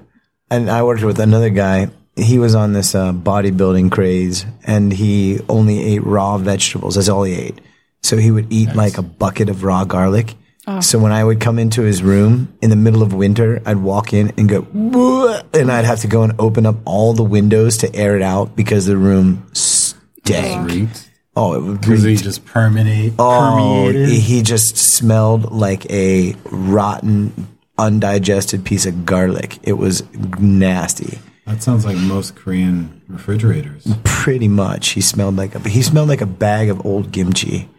And I worked with another guy. He was on this uh, bodybuilding craze and he only ate raw vegetables. That's all he ate. So he would eat like a bucket of raw garlic. So when I would come into his room in the middle of winter, I'd walk in and go, "Bleh," and I'd have to go and open up all the windows to air it out because the room stank. Reeked. Oh, it would Because he reeked. just permeate, Oh, permeated. he just smelled like a rotten, undigested piece of garlic. It was nasty. That sounds like most Korean refrigerators. Pretty much, he smelled like a he smelled like a bag of old kimchi.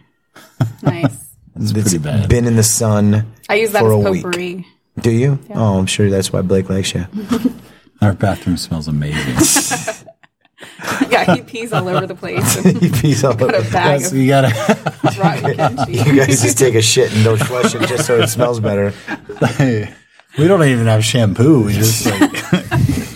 Nice. That's pretty bad. Been in the sun. I use that for as a week. potpourri. Do you? Oh, I'm sure that's why Blake likes you. (laughs) Our bathroom smells amazing. Yeah, he pees all over the place. He pees all Got a over. bag so you gotta of rotten kimchi. You guys just take a shit and don't flush it just so it smells better. We don't even have shampoo. We just like (laughs)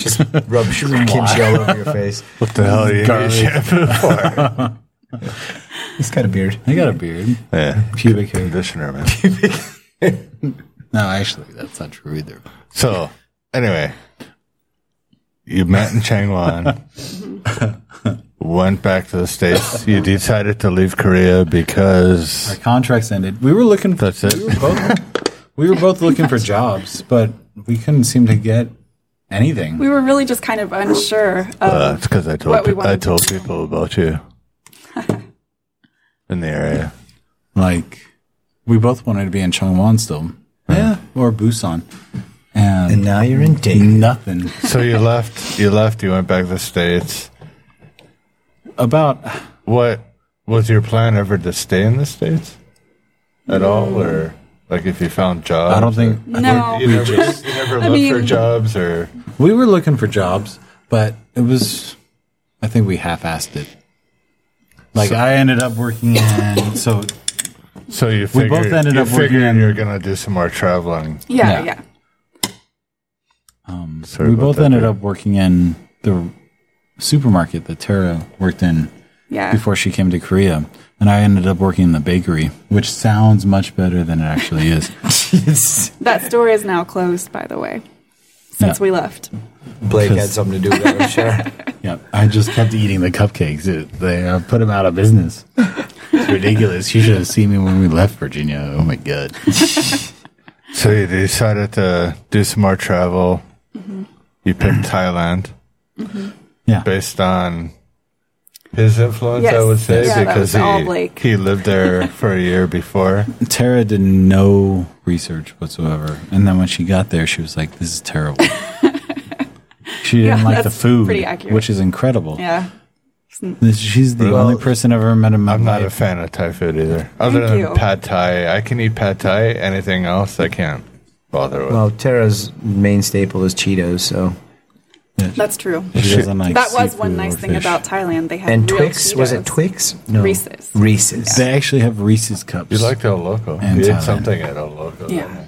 Just (laughs) rub kimchi all over your face. What the hell are you Garlic. (laughs) (laughs) He's got a beard. I got a beard. Yeah. Pubic hair. Conditioner, (laughs) man. No, actually that's not true either. So, anyway, you met in (laughs) Changwon, went back to the States. You decided to leave Korea Our because contracts ended. We were looking for that's it. (laughs) we were both we were both looking for jobs, but we couldn't seem to get anything. We were really just kind of unsure of Uh, it's because I What told we pe- I wanted to told people (laughs) about you in the area. Like we both wanted to be in Changwon still. Yeah. Or Busan. And, And now you're in date. nothing. So you left. You left. You went back to the States. About What was your plan ever to stay in the States at all, or like if you found jobs? I don't think no. you never, you never looked for mean- jobs or we were looking for jobs, but it was I think we half assed it. Like I ended up working (laughs) in so So you We figured, both ended you up figured working- you're gonna do some more traveling. yeah, yeah. yeah. Sorry we about both that, ended dude. up working in the supermarket that Tara worked in Yeah. before she came to Korea. And I ended up working in the bakery, which sounds much better than it actually (laughs) is. That store is now closed, by the way, since Yeah. we left. Blake had something to do with that, I'm sure. yep. I just kept eating the cupcakes. It, they uh, put them out of business. It's ridiculous. You should have seen me when we left Virginia. Oh my God. So you decided to do some more travel. Mm-hmm. You picked Thailand Yeah. based on his influence, I Yes. would say, Yeah, that because was all he Blake. he lived there for a year before. Tara did no research whatsoever. And then when she got there, she was like, this is (laughs) terrible. She didn't Yeah, like the that's food, pretty accurate. which is incredible. Yeah. This- She's the only person I've ever met in my I'm not a life. fan of Thai food either. Other than you. pad Thai, I can eat pad Thai. Anything else, I can't bother with. Well, Tara's main staple is Cheetos, so That's true. she doesn't like That was seafood one nice or thing fish. about Thailand. They had and real Twix was it Cheetos. Twix? No, Reese's. Reese's. They actually have Reese's cups. you liked El Loco. And You Thailand. ate something at El Loco. Yeah.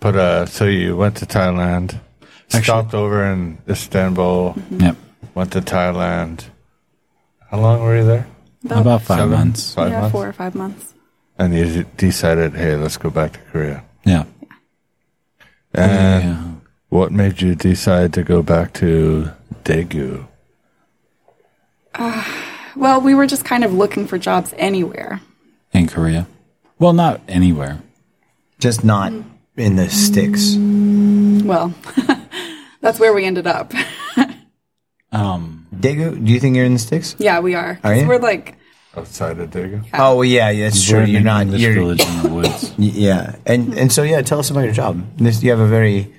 But uh, so you went to Thailand, Actually- stopped over in Istanbul, Mm-hmm. Yep. went to Thailand. How long were you there? About, About five Seven? months. Five yeah, months. four or five months. And you d- decided, hey, let's go back to Korea. Yeah. And yeah. what made you decide to go back to Daegu? Well, we were just kind of looking for jobs anywhere. In Korea. Well, not anywhere. Just not in the sticks. Mm. Well, (laughs) that's where we ended up. (laughs) Um, Dago, do you think you're in the sticks? yeah, we are. 'Cause Are you? We're like outside of Dago. Oh well, yeah, yeah, that's true. We're You're not. making this You're, village in the woods. y- yeah, and and so yeah, tell us about your job. This, you have a very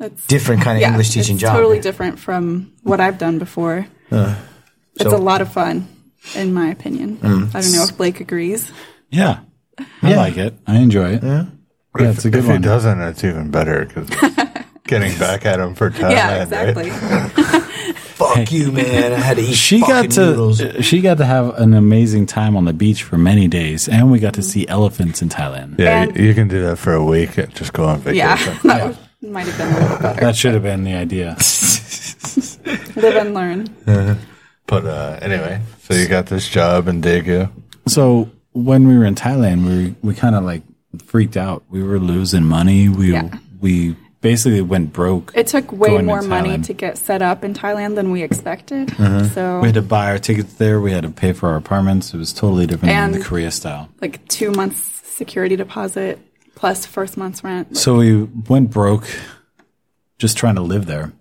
That's different kind of English teaching it's job. Uh, Totally different from what I've done before. it's so- Mm. a lot of fun, in my opinion. I don't know if Blake agrees. Yeah. I like it. I enjoy it. Yeah. it's a good if one. he doesn't, it's even better because (laughs) getting back at him for Uh, Thailand. yeah, Right? exactly. (laughs) Fuck you, man! I had (laughs) to eat. She got fucking to noodles. she got to have an amazing time on the beach for many days, and we got to see elephants in Thailand. Yeah, And- you, you can do that for a week. and Just go on Yeah, vacation. (laughs) that was- might have been a little better. That should have been the idea. Live and learn. But uh, anyway, so you got this job in Daegu. So when we were in Thailand, we we kind of like freaked out. We were losing money. We Yeah. we basically went broke. It took way Going to more money Thailand. Uh-huh. to get set up in Thailand than we expected. So We had to buy our tickets there. We had to pay for our apartments. It was totally different than And- the Korea style. like two months security deposit plus first month's rent. So we went broke just trying to live there.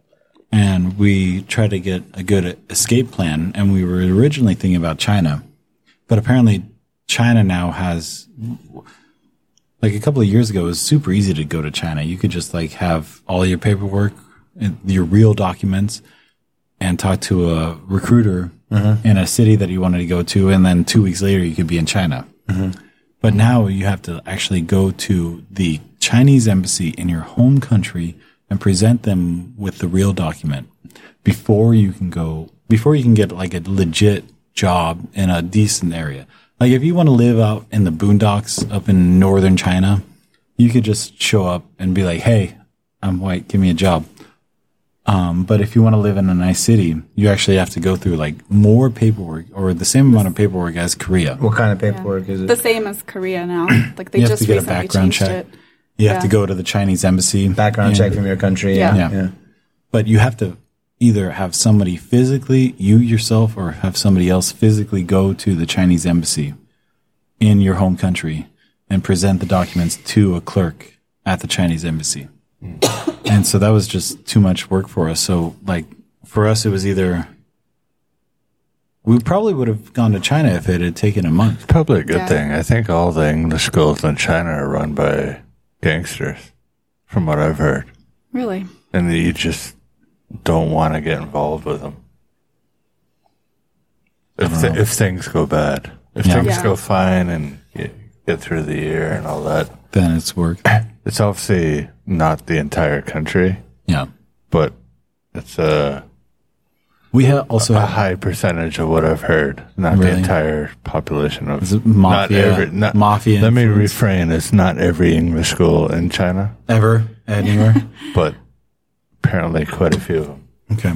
And we tried to get a good escape plan. And we were originally thinking about China. But apparently, China now has, like a couple of years ago, it was super easy to go to China. You could just like have all your paperwork, and your real documents, and talk to a recruiter in a city that you wanted to go to. And then two weeks later, you could be in China. But now you have to actually go to the Chinese embassy in your home country and present them with the real document before you can go, before you can get like a legit job in a decent area. Like if you want to live out in the boondocks up in northern China, you could just show up and be like, Hey, I'm white. Give me a job. Um, but if you want to live in a nice city, you actually have to go through like more paperwork or the same amount of paperwork as Korea. What kind of paperwork is it? the same as (clears throat) Korea now. Like they You have just to get a recently background changed check. it. You have to Yeah. go to the Chinese embassy. Background and- check from your country. Yeah. Yeah. Yeah. But you have to either have somebody physically, you yourself, or have somebody else physically go to the Chinese embassy in your home country and present the documents to a clerk at the Chinese embassy. Mm. and so that was just too much work for us. So, like, for us, it was either. We probably would have gone to China if it had taken a month. Probably a good Yeah. thing. I think all the English schools in China are run by gangsters, from what I've heard. Really? And you just don't want to get involved with them. If, th- if things go bad, if Yeah. things Yeah. go fine and get, get through the year and all that, Then it's work. (coughs) it's obviously not the entire country, Yeah. but it's a, We ha- also a had high percentage of what I've heard, not the Really? entire population of Is it mafia- Not every, not, mafia Let me influence? refrain. It's not every English school in China, ever anywhere. but apparently quite a few of them. Okay.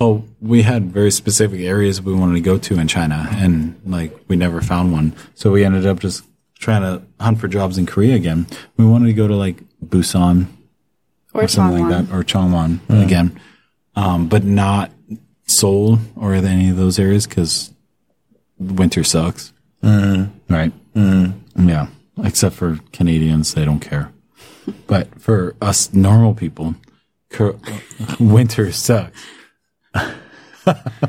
Well, we had very specific areas we wanted to go to in China, and like we never found one. So we ended up just trying to hunt for jobs in Korea again. We wanted to go to like Busan Or, or something like Taiwan. that, or Changwon again, um, but not Seoul or any of those areas because winter sucks. Right. Yeah. Except for Canadians, they don't care. But for us normal people, cur- winter sucks. (laughs)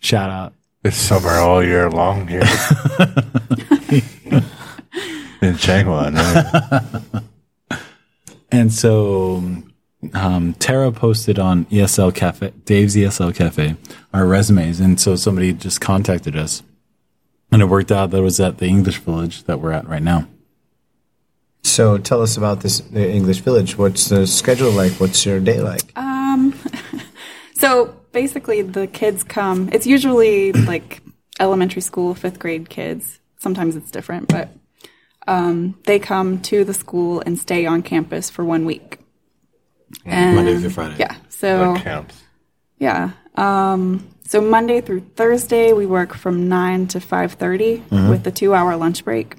Shout out. It's summer all year long (laughs) here. in Changwon. huh? And so um, Tara posted on ESL Cafe, Dave's ESL Cafe, our resumes. And so somebody just contacted us. And it worked out that it was at the English Village that we're at right now. So tell us about this uh, English village. What's the schedule like? What's your day like? Uh, So basically, the kids come. It's usually (clears throat) like elementary school, fifth grade kids. Sometimes it's different, but um, they come to the school and stay on campus for one week. And, Monday through Friday. Yeah. So Camps. yeah. Um, so Monday through Thursday, we work from nine to five with a two-hour lunch break.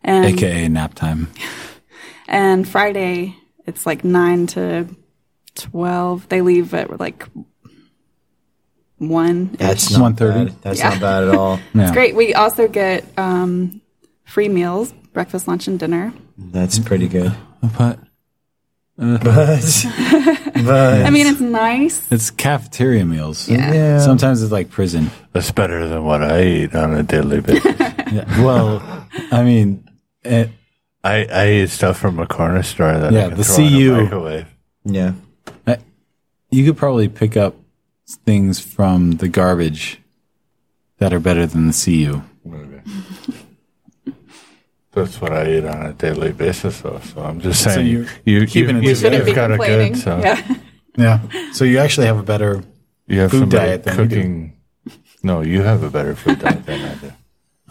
And AKA nap time. And Friday, it's like 9 to 12. They leave at like 1. That's not 1:30. bad. That's not bad at (laughs) all. It's great. We also get um, free meals, breakfast, lunch, and dinner. That's pretty good. (laughs) But but but I mean, it's nice. It's cafeteria meals. Yeah. yeah. Sometimes it's like prison. That's better than what I eat on a daily basis. (laughs) Yeah. Well, I mean, it, I, I eat stuff from a corner store that Yeah, I can the throw in a CU. microwave. (laughs) yeah. you could probably pick up things from the garbage that are better than the CU. Maybe. That's what I eat on a daily basis, though. So I'm just So saying, you you're you keeping it you, you, together. Shouldn't have be got it complaining. good. So Yeah. (laughs) Yeah. So you actually have a better. you have Food somebody diet than we do. cooking. No, you have a better food diet than I do.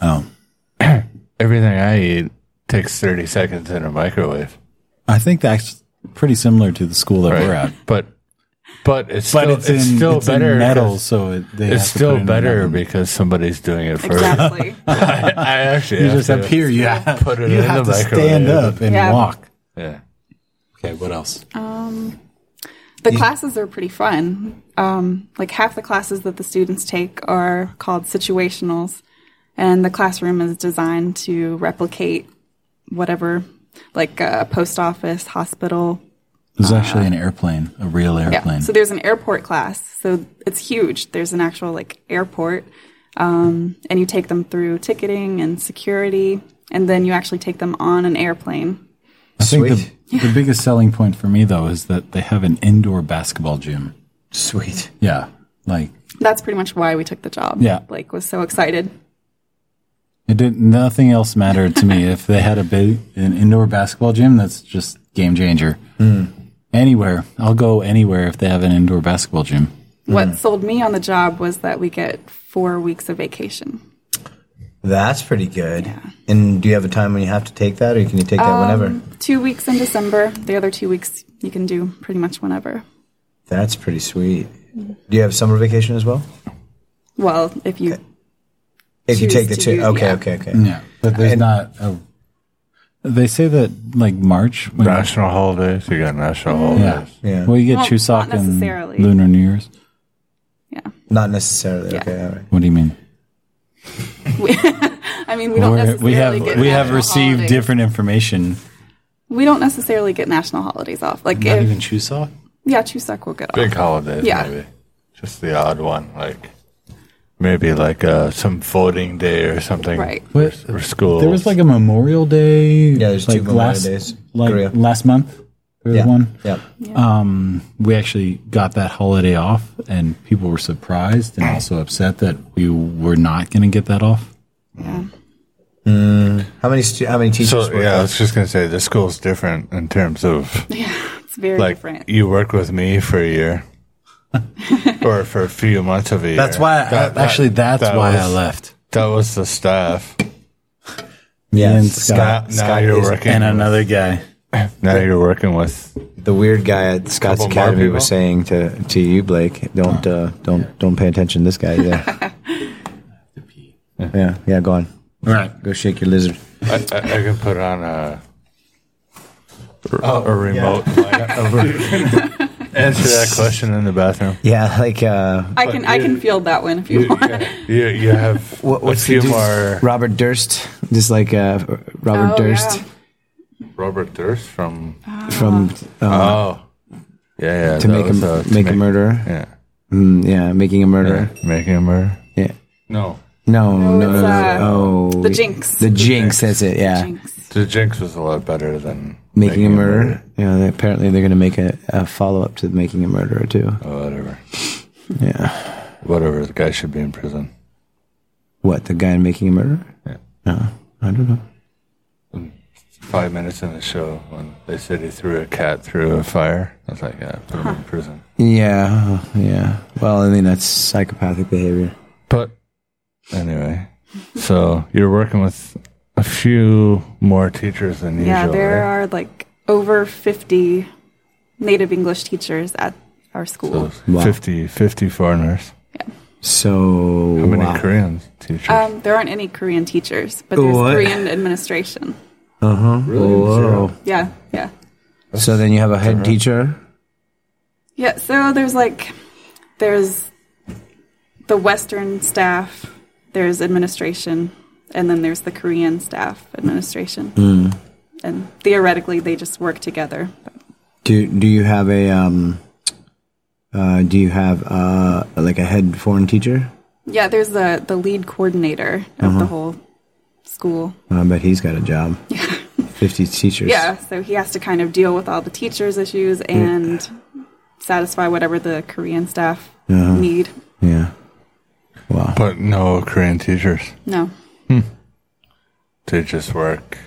Oh, (clears throat) Everything I eat takes 30 seconds in a microwave. I think that's pretty similar to the school that Right. we're at. But but it's But still, it's, it's, in, still it's in better. metal, 'cause so it, they have It's to put it still in better metal. because somebody's doing it first. Exactly. (laughs) I, I actually You have just to up here. You have, put it you in have the to microwave. stand up and Yeah. walk. Yeah. Okay, what else? The classes are pretty fun. Um, like half the classes that the students take are called situationals, and the classroom is designed to replicate whatever, like a post office, hospital. There's actually an airplane, a real Yeah. airplane. So there's an airport class. So it's huge. There's an actual like airport, um, and you take them through ticketing and security, and then you actually take them on an airplane. I think Sweet. the, the biggest selling point for me though is that they have an indoor basketball gym. Sweet. Yeah, like That's pretty much why we took the job. Yeah. Blake was so excited. it did. Nothing else mattered to (laughs) me. if they had a big an indoor basketball gym, that's just game changer. Hmm. Anywhere, I'll go anywhere if they have an indoor basketball gym. What sold me on the job was that we get four weeks of vacation. That's pretty good. And do you have a time when you have to take that, or can you take Um, that whenever? Two weeks in December, the other two weeks you can do pretty much whenever. That's pretty sweet. Do you have summer vacation as well? Well, if you If you Choose take the to two. do- Okay, yeah. okay, okay. Yeah, but there's And- not a. They say that like March when National holidays. You got national yeah. holidays. Yeah. Well, you get Well, Chuseok not and necessarily. Lunar New Year's. yeah. Not necessarily. Yeah. Okay, all right. What do you mean? We, I mean, we don't We're- necessarily we have get we have national received holidays. different information. We don't necessarily get national holidays off. Like if, Chuseok. yeah, Chuseok will get off. Big holidays, Yeah. maybe. Just the odd one, like maybe like uh, some voting day or something. Right. For, for school. There was like a Memorial Day. Yeah, there's two like Memorial last, Days. Like Korea. last month, there was Yeah. one. Yeah. Um, we actually got that holiday off, and people were surprised and also upset that we were not going to get that off. How many stu- how many teachers so were yeah. I there? was just gonna say the school's different in (laughs) terms of It's very like different. you work with me for a (laughs) year. or for a few months of a year. That's why. That- that- actually, that's that why was- I left. That was the staff. Yeah, and Scott- Now, now Scott you're is- working. And with- another guy. Now you're working with. The weird guy at Scott's Couple more Academy people? was saying to to you, Blake, don't uh, don't don't pay attention to this guy (laughs) there. yeah, yeah, go on. All right. Go shake your lizard. I, I, I can put on a. a remote. (laughs) Answer (laughs) that question in the bathroom. Yeah, like uh, I can I can field that one if you, You, (laughs) want. you, you have what, a what's the few dude's- more Robert Durst, just like uh, Robert Oh, Durst Robert Durst from from uh, Oh, yeah, yeah. to that make was, a, uh, to make a murderer. Yeah, Mm, yeah, making a murderer. making a murder. Yeah. No, No, no, No, no, it's, uh, no, Oh, (laughs) The Jinx. The Jinx. That's it. Yeah, Jinx. the Jinx was a lot better than making a murderer. Yeah, they, apparently they're going to make a, a follow up to making a murderer too. Oh, whatever, Yeah. whatever. The guy should be in prison. What the guy in making a murderer? Yeah. No, I don't know. Five minutes in the show, when they said he threw a cat through a fire, I was like, yeah, put him in prison. Yeah, yeah. Well, I mean that's psychopathic behavior. But anyway, so you're working with a few more teachers than usual. Yeah, there right? are like over 50 native English teachers at our school. So 50, 50 foreigners. So How many wow. Korean teachers? Um, there aren't any Korean teachers, but there's What? Korean administration. Whoa. Yeah, yeah. So then you have a head teacher. Yeah, so there's like there's the western staff, there's administration, and then there's the Korean staff administration. And theoretically they just work together. Do do you have a um? Uh, do you have uh like a head foreign teacher? Yeah, there's the the lead coordinator of the whole school. I bet Uh, he's got a (laughs) job. Fifty teachers. Yeah, so he has to kind of deal with all the teachers' issues and satisfy whatever the Korean staff need. Yeah. Wow. But no Korean teachers. No. They just work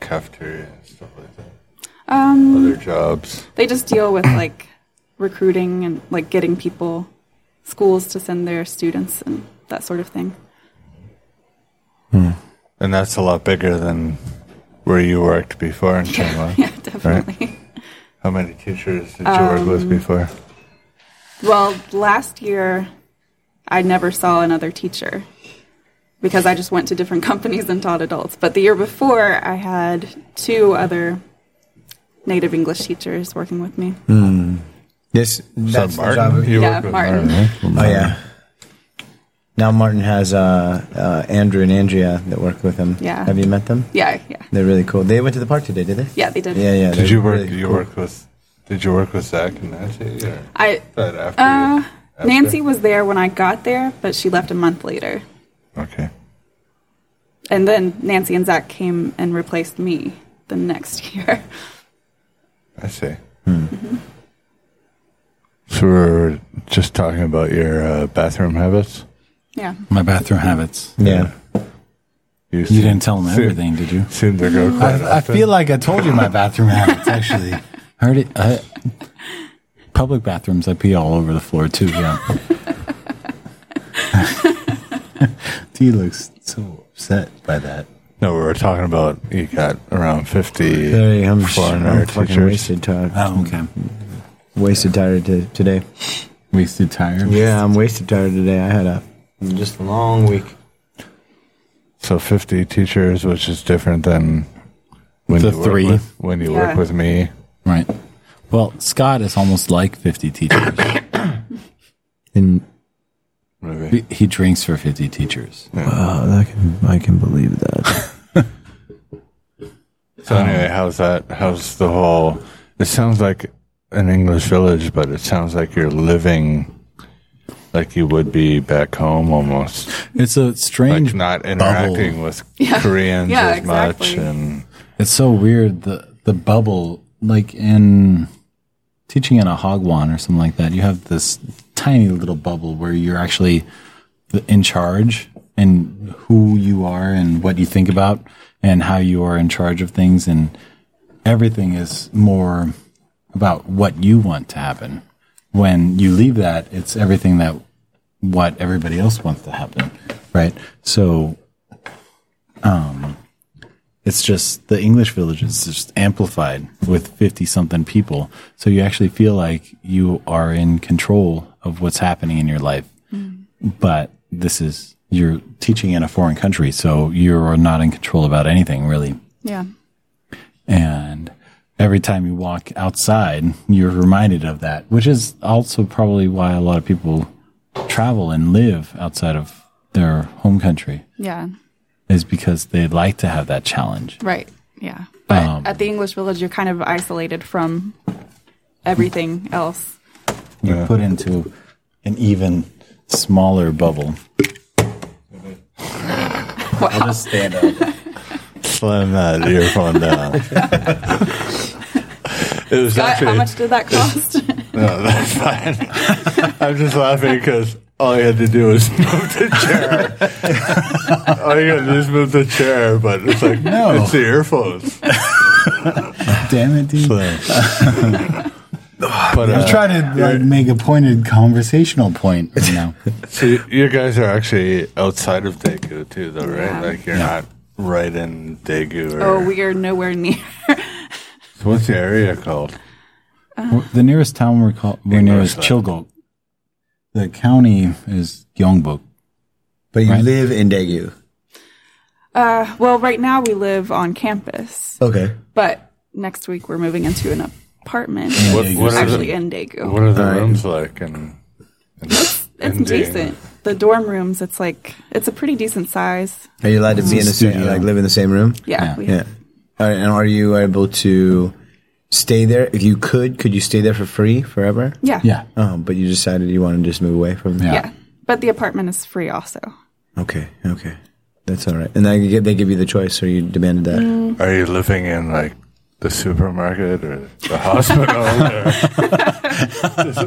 cafeteria and stuff like that. Um, Other jobs. They just deal with like recruiting and like getting people schools to send their students and that sort of thing. (laughs) And that's a lot bigger than where you worked before in China. Yeah, definitely. How many teachers did you work Um, with before? Well, last year I never saw another teacher because I just went to different (laughs) companies and taught adults. But the year before, I had two other native English teachers working with me. Hmm. This that's the job. You Yeah, worked with Martin. right? Oh yeah. Now Martin has uh, uh, Andrew and Andrea that work with him. Yeah. Have you met them? Yeah, yeah. They're really cool. They went to the park today, did they? Yeah, they did. Yeah, yeah. Did they're you work? really you cool. work with? Did you work with Zach and Nancy? Or I that after? uh, after? Nancy was there when I got there, but she left a month later. Okay. And then Nancy and Zach came and replaced me the next (laughs) year. I see. Hmm. So we we're just talking about your uh, bathroom habits. Yeah. My bathroom habits. Yeah. You didn't tell them everything, did you? Seem to go quite I, I often. feel like I told you my bathroom habits. (laughs) Actually, I heard it. I, public bathrooms, I pee all over the floor too. Yeah. (laughs) He looks so upset by that. No, we were talking about you got around fifty Very um, foreigner I'm fucking teachers. wasted tired. Oh, okay. Wasted tired to, today. Wasted tired. Yeah, I'm wasted tired today. I had a just a long week. So fifty teachers, which is different than when The you work three. with- when you work Yeah. with me. Right. Well, Scott is almost like 50 teachers. And Maybe. he drinks for 50 teachers. I can I can believe that. So anyway, how's that? How's the whole? It sounds like an English village, but it sounds like you're living like you would be back home almost. It's a strange like not bubble. interacting with Koreans Yeah, as much exactly. and It's so weird the the bubble like in teaching in a hogwan or something like that. You have this tiny little bubble where you're actually the- in charge and who you are and what you think about and how you are in charge of things and everything is more about what you want to happen. When you leave that, it's everything that what everybody else wants to happen, right? So it's just the English village is just amplified with 50 something people. So you actually feel like you are in control of what's happening in your life. But this is, you're teaching in a foreign country. So you're not in control about anything really. Yeah. And every time you walk outside, you're reminded of that, which is also probably why a lot of people travel and live outside of their home country Yeah. is because they like to have that challenge. Right. Yeah. But Um, at the English village, you're kind of isolated from everything else. you're put into an even smaller bubble. I'll just stand up. slam that earphone (laughs) down. (laughs) it was Scott, how actually much did that cost? (laughs) (laughs) no, that's fine. (laughs) I'm just laughing because all you had to do was (laughs) move the chair. (laughs) all you had to do was move the chair, but it's like No. (laughs) it's the earphones. Damn it, dude. But I'm uh, trying to like, make a pointed conversational point right now. so you- you guys are actually outside of Daegu too, though, right? Like you're not right in Daegu. Or, oh, we are nowhere near. so what's the area called? the nearest town we're, call- we're near is English, uh, Chilgok. The county is Gyeongbuk. But you Right. live in Daegu. Uh, well, right now we live on campus, Okay. but next week we're moving into an apartment. What, what are Actually, the, in Daegu. what are Uh, the rooms like? And, and It's decent. The dorm rooms, it's like it's a pretty decent size. Are you allowed to be in the same studio. like live in the same room? Yeah, we Yeah. All right, and are you able to stay there? If you could, could you stay there for free forever? Yeah. Yeah. Oh, but you decided you want to just move away from Yeah. Yeah. But the apartment is free also. Okay, okay. That's all right. And they give, they give you the choice, or you demanded that. Are you living in like the supermarket or the (laughs) (laughs) hospital? or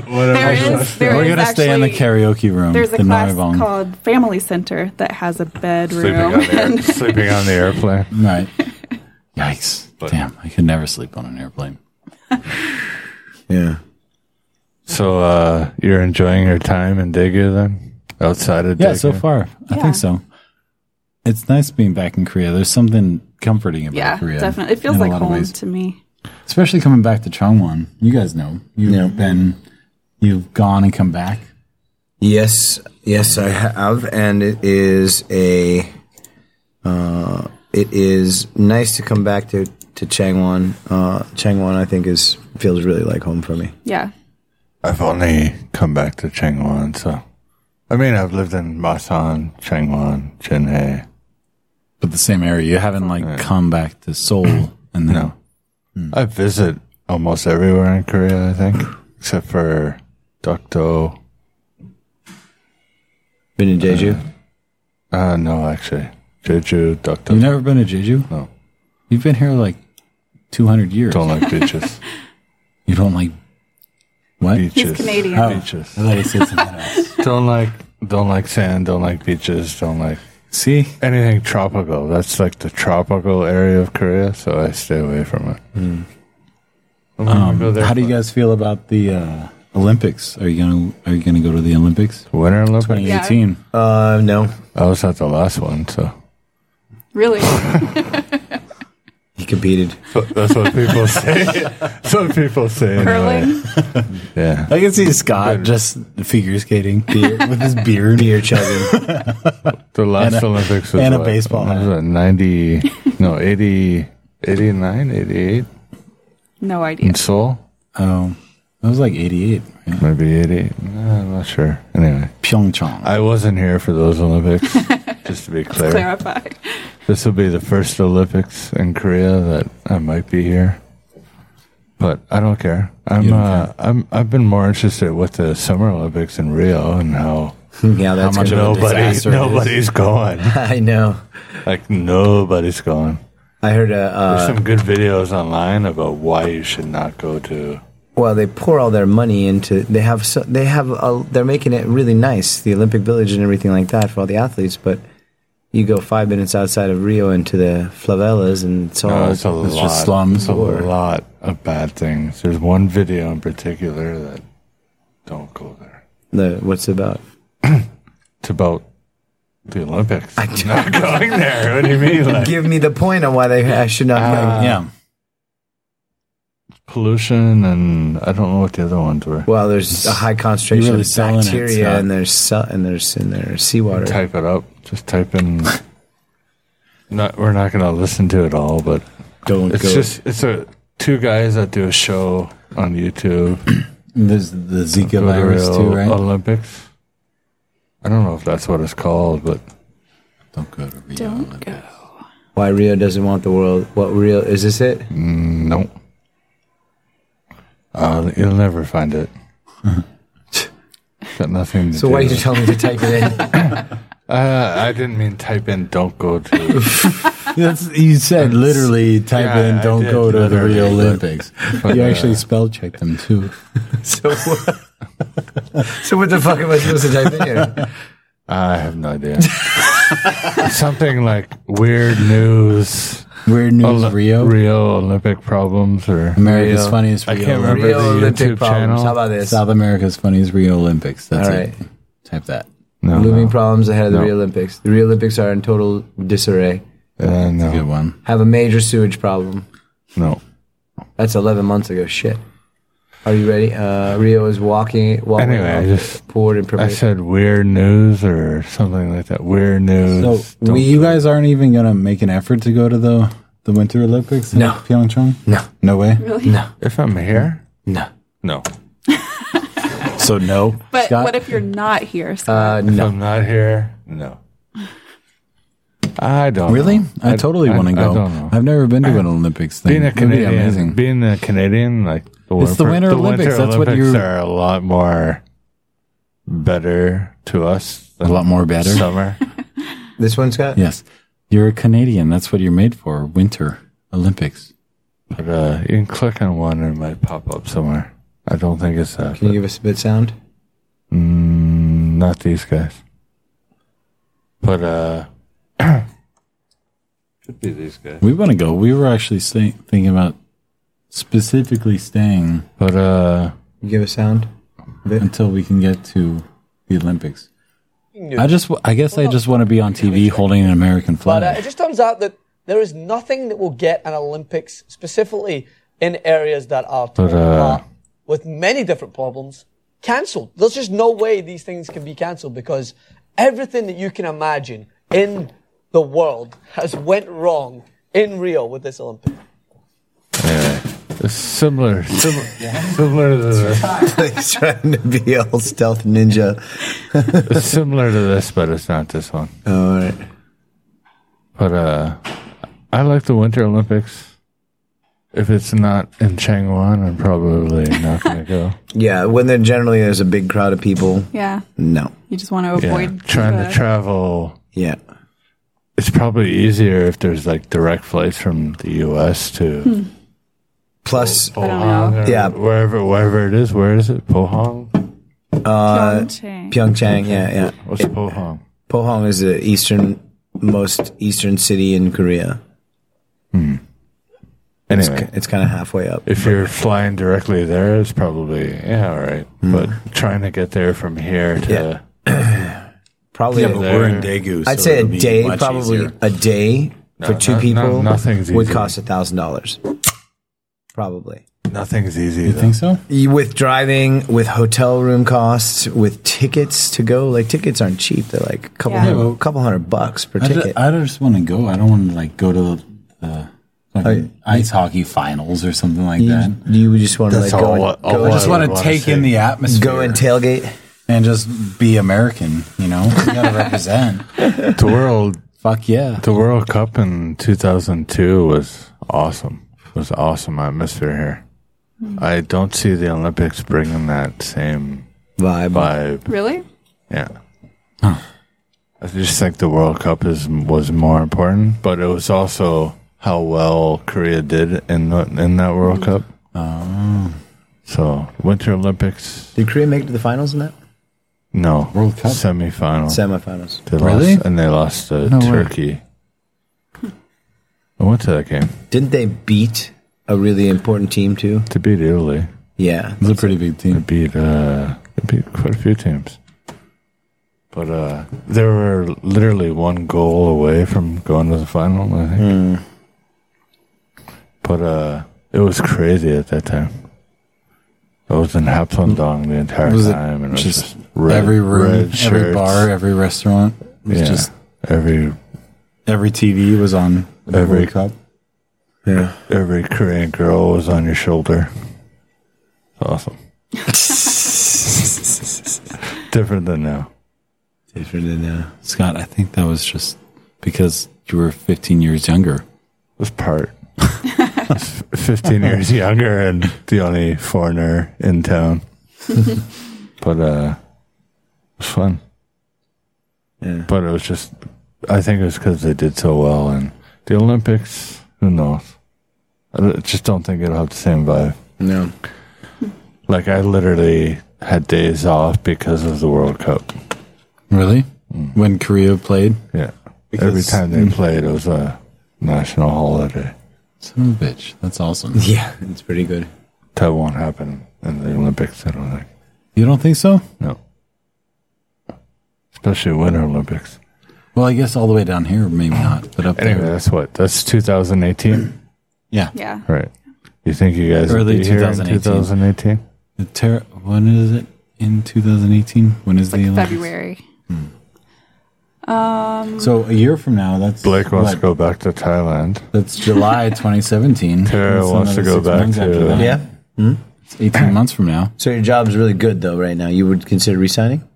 whatever? There is there We're is gonna stay in the actually- karaoke room. There's a the class Narvong. called Family Center that has a Sleeping bedroom. on, the air, sleeping on the airplane. (laughs) Right. Yikes. Damn, I could never sleep on an airplane. Yeah. So uh, you're enjoying your time in Daegu then? Outside of Yeah, Daegu? so far. I Yeah. think so. It's nice being back in Korea. There's something comforting about (laughs) yeah, Korea. definitely. It feels in a like lot of home ways. to me. Especially coming back to Changwon. You guys know. You've been you've gone and come back. Yes, yes, I have, and it is a. Uh, it is nice to come back to to Changwon. Uh, Changwon, I think, is feels really like home for me. Yeah. I've only come back to Changwon, so. I mean, I've lived in Masan, Changwon, Jinhae. But the same area. You haven't like come back to Seoul and then No. I visit almost everywhere in Korea, I think, except for Dokdo. Been in Jeju. Uh, no, actually. Jeju, Dokdo. You've never been to Jeju? No. You've been here like two hundred years. Don't like beaches. (laughs) You don't like what? He's beaches. Canadian. Beaches. I thought you said something else. Don't like, don't like sand, don't like beaches, don't like (laughs) See? anything tropical. That's like the tropical area of Korea, so I stay away from it. I'm gonna go Oh, there Hmm. Um, How do you for guys feel about the uh, Olympics? Are you gonna Are you gonna go to the Olympics? Winter Olympics? 2018. Uh, no, I was at the last one, so. (laughs) Really? he competed. That's what (laughs) people say. That's what people say. Anyway. Curling? Yeah. I can see Scott just figure (laughs) skating with his beard, beer chugging. The last And a- Olympics was and a what? baseball What was hat. it, 90, no, 80, 89, 88 No idea. in Seoul? oh, that was like '88, right? Maybe 88. No, I'm not sure. Anyway, Pyeongchang. I wasn't here for those (laughs) Olympics, just to be clear. Clarify. This will be the first Olympics in Korea that I might be here. But I don't care. I'm don't uh, I'm I've been more interested with the Summer Olympics in Rio and how Mm, Yeah, that's much gonna- of a- nobody disaster it is. (laughs) nobody's (laughs) going. I know. Like nobody's going. I heard a. Uh, There's some good videos online about why you should not go to. well they pour all their money into they have so, they have a, they're making it really nice the olympic village and everything like that for all the athletes but you go five minutes outside of rio into the favelas and it's all No, Oh, it's a Oh, it's lot. just slums It's a or- lot of bad things. There's one video in particular that don't go there. the what's it about It's about the Olympics. I'm (laughs) not going there. What do you mean? Like, (laughs) give me the point on why they i should not Uh, yeah, pollution and I don't know what the other ones were. well there's a high concentration You're really of selling it, bacteria Scott. and there's su- and there's in their seawater Type it up. Just type in. (laughs) not we're not gonna listen to it all, but don't it's go just it's a two guys that do a show on YouTube. there's the Zika Go to virus Rio too, right? Olympics. I don't know if that's what it's called, but Don't go to Rio. Don't go. why rio doesn't want the world what rio is this it no. Uh, you'll never find it. Got nothing to so do why are you with- telling me to type it in (laughs) Uh, I didn't mean type in don't go to. (laughs) That's, you said literally type Yeah, in I "don't did, go to the literally, Rio but- Olympics." (laughs) but, you uh, actually spell checked them too. so so what the fuck am i supposed to type in here I have no idea. Something like weird news. Weird news, Oli- Oh, Rio. Rio Olympic problems or America's Rio- funniest I Rio can't remember Rio the Olympic YouTube problems. channel. How about this? South America's funniest Rio Olympics. That's All it. Type that. no, Looming no. problems ahead of the No. Rio Olympics. The Rio Olympics are in total disarray. Good Uh, no, one. Have a major sewage problem. no. That's 11 months ago. Shit. Are you ready? Uh, Rio is walking. walking Anyway, I off just- poured in I preparation. said weird news or something like that. Weird So news. Don't- we, you guys aren't even gonna make an effort to go to the the Winter Olympics in No. Pyeongchang. No. no way. Really? if I'm here, No. no. So no. But Scott? Uh, what if you're not here? So Uh, If no. I'm not here, no. I don't Really? know. I, totally want to go. I don't know. I've never been to an Olympics thing. being a It'd be Canadian, amazing. being a Canadian, like the It's the Winter Olympics, that's what Olympics you're- are a lot more better to us. a Than lot more better. Summer. This one's got. Yes. You're a Canadian. That's what you're made for. Winter Olympics. But uh, you can click on one and it might pop up somewhere. I don't think it's that. Can you give us a bit sound? Not these guys. But uh could be these guys. We want to go. We were actually stay- thinking about specifically staying But uh You give a sound. until we can get to the Olympics. I just, w- I guess I just want to be on TV holding an American But uh, it flag. just turns out that there is nothing that will get an Olympics, specifically in areas that are torn uh, apart with many different problems, cancelled. There's just no way these things can be cancelled because everything that you can imagine in the world has went wrong in Rio with this Olympics. it's similar similar similar to the, (laughs) He's trying to be all stealth ninja. it's similar to this, but it's not this one. All right. But uh I like the Winter Olympics. If it's not in Changwon, I'm probably not gonna go. Yeah, when there generally there's a big crowd of people. Yeah. No. You just want to (laughs) Yeah. avoid Trying the- to travel Yeah. it's probably easier if there's like direct flights from the US to Plus, Hmm, Oh, I don't know. or Yeah. wherever wherever it is. Where is it? Pohang? Pyeongchang. Pyeongchang. Yeah, yeah. What's Pohang? Pohang is the easternmost eastern city in Korea. Anyway, It's kind of halfway up. if you're flying directly there, it's probably yeah, all right. But trying to get there from here to Probably. a- we're in Daegu. I'd say a day, probably a day for two no- no- people nothing's would easy. cost a thousand dollars, probably. nothing's easy. You think so? You- With driving, with hotel room costs, with tickets to go, like tickets aren't cheap. They're like a couple, Yeah. hundred, couple hundred bucks per I ju- I ticket. just, want to go. I don't want to like go to the, the fucking ice hockey finals or something like that. you, you just want to like That's go, all- and, all go, I I just would want to wanna take see. in the atmosphere. go and tailgate. and just be American. You know, you gotta represent. The world, (laughs) Fuck yeah. the World Cup in 2002 was awesome. It was awesome atmosphere here. I don't see the Olympics bringing that same Vibe. vibe. Really? Yeah. I just think the World Cup is was more important, but it was also how well Korea did in the, in that World Cup. Oh. So Winter Olympics, Did Korea make it to the finals in that no World Cup? semifinal. semifinals? they Really? lost, and they lost to No way. Turkey. I went to that game Didn't they beat a really important team too? to beat Italy. Yeah. It's a pretty big They team. beat uh, they beat quite a few teams, but uh, they were literally one goal away from going to the final. I think. But uh, it was crazy at that time. I was in Hapsundong the entire Was it time, and it was just just red, every room, red every shirts. bar, every restaurant. It was yeah, just every every TV was on the Every- World Cup. Yeah. every Korean girl was on your shoulder. It's awesome. Different than now. Different than uh, Scott, I think that was just because you were 15 years younger. was part. (laughs) I was f- 15 years younger and the only foreigner in town. but uh, it was fun. Yeah. But it was just, I think it was because they did so well. And the Olympics, who knows? I don't- just don't think it'll have the same vibe. no. Like, I literally had days off because of the World Cup. Really? Mm. When Korea played? Yeah. Every Because- time they played, it was a national holiday. Son of a bitch. That's (laughs) awesome. Yeah, it's pretty good. That won't happen in the Olympics, I don't think. You don't think so? No. Especially Winter Olympics. Well, I guess all the way down here, maybe not, but up Anyway, there. that's what? That's (clears throat) 2018? Yeah. Yeah. Right. You think you guys Early Early be 2018. 2018? The ter- when is it? In 2018? When is the Like Olympics? February. So a year from now, that's Blake wants what? to go back to Thailand. That's July (laughs) 2017. Tara That's wants to another go six back months to- after that. Yeah. Hmm? (clears throat) It's 18 months from now. So your job's really good though right now. You would consider resigning?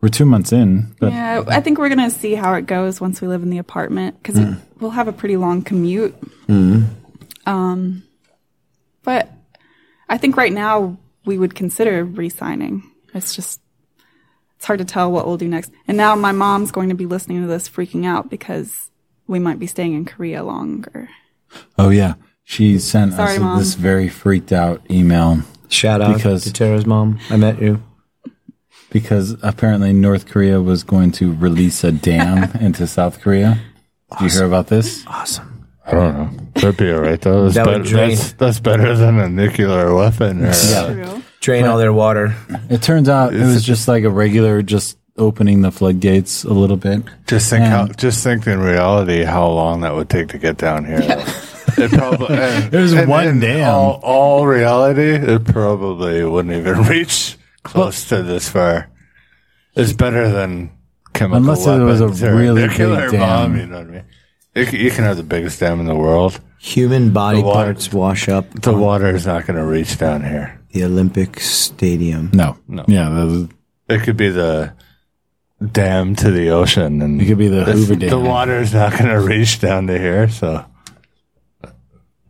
We're two months in, but Yeah, I think we're gonna see how it goes once we live in the apartment because we'll have a pretty long commute. Um, but I think right now we would consider re-signing. It's just it's hard to tell what we'll do next. And now my mom's going to be listening to this, freaking out because we might be staying in Korea longer. oh yeah, she sent Sorry, us Mom. this very freaked out email Shout out Because- to Tara's mom. I met you. because apparently North Korea was going to release a (laughs) dam into South Korea. Did you hear about this? Awesome. I don't know. That'd be all right, though. That's, That would better, drain. that's, that's better than a nuclear weapon. Or, True. Drain all their water. It turns out it was just like a regular, just opening the floodgates a little bit. Just think Yeah. how. Just think in reality how long that would take to get down here. (laughs) It probably, (laughs) and, There's and one in dam. All, all reality, it probably wouldn't even (laughs) reach close to this far. It's better than chemical Unless it was a weapons or really nuclear big bomb. dam. You know what I mean? You c- you can have the biggest dam in the world. Human body The water- parts wash up The water is not going to reach down here. the Olympic Stadium. No, No. yeah, that was, It could be the dam to the ocean, and It could be the it's- Hoover Dam. The water is not going to reach down to here, so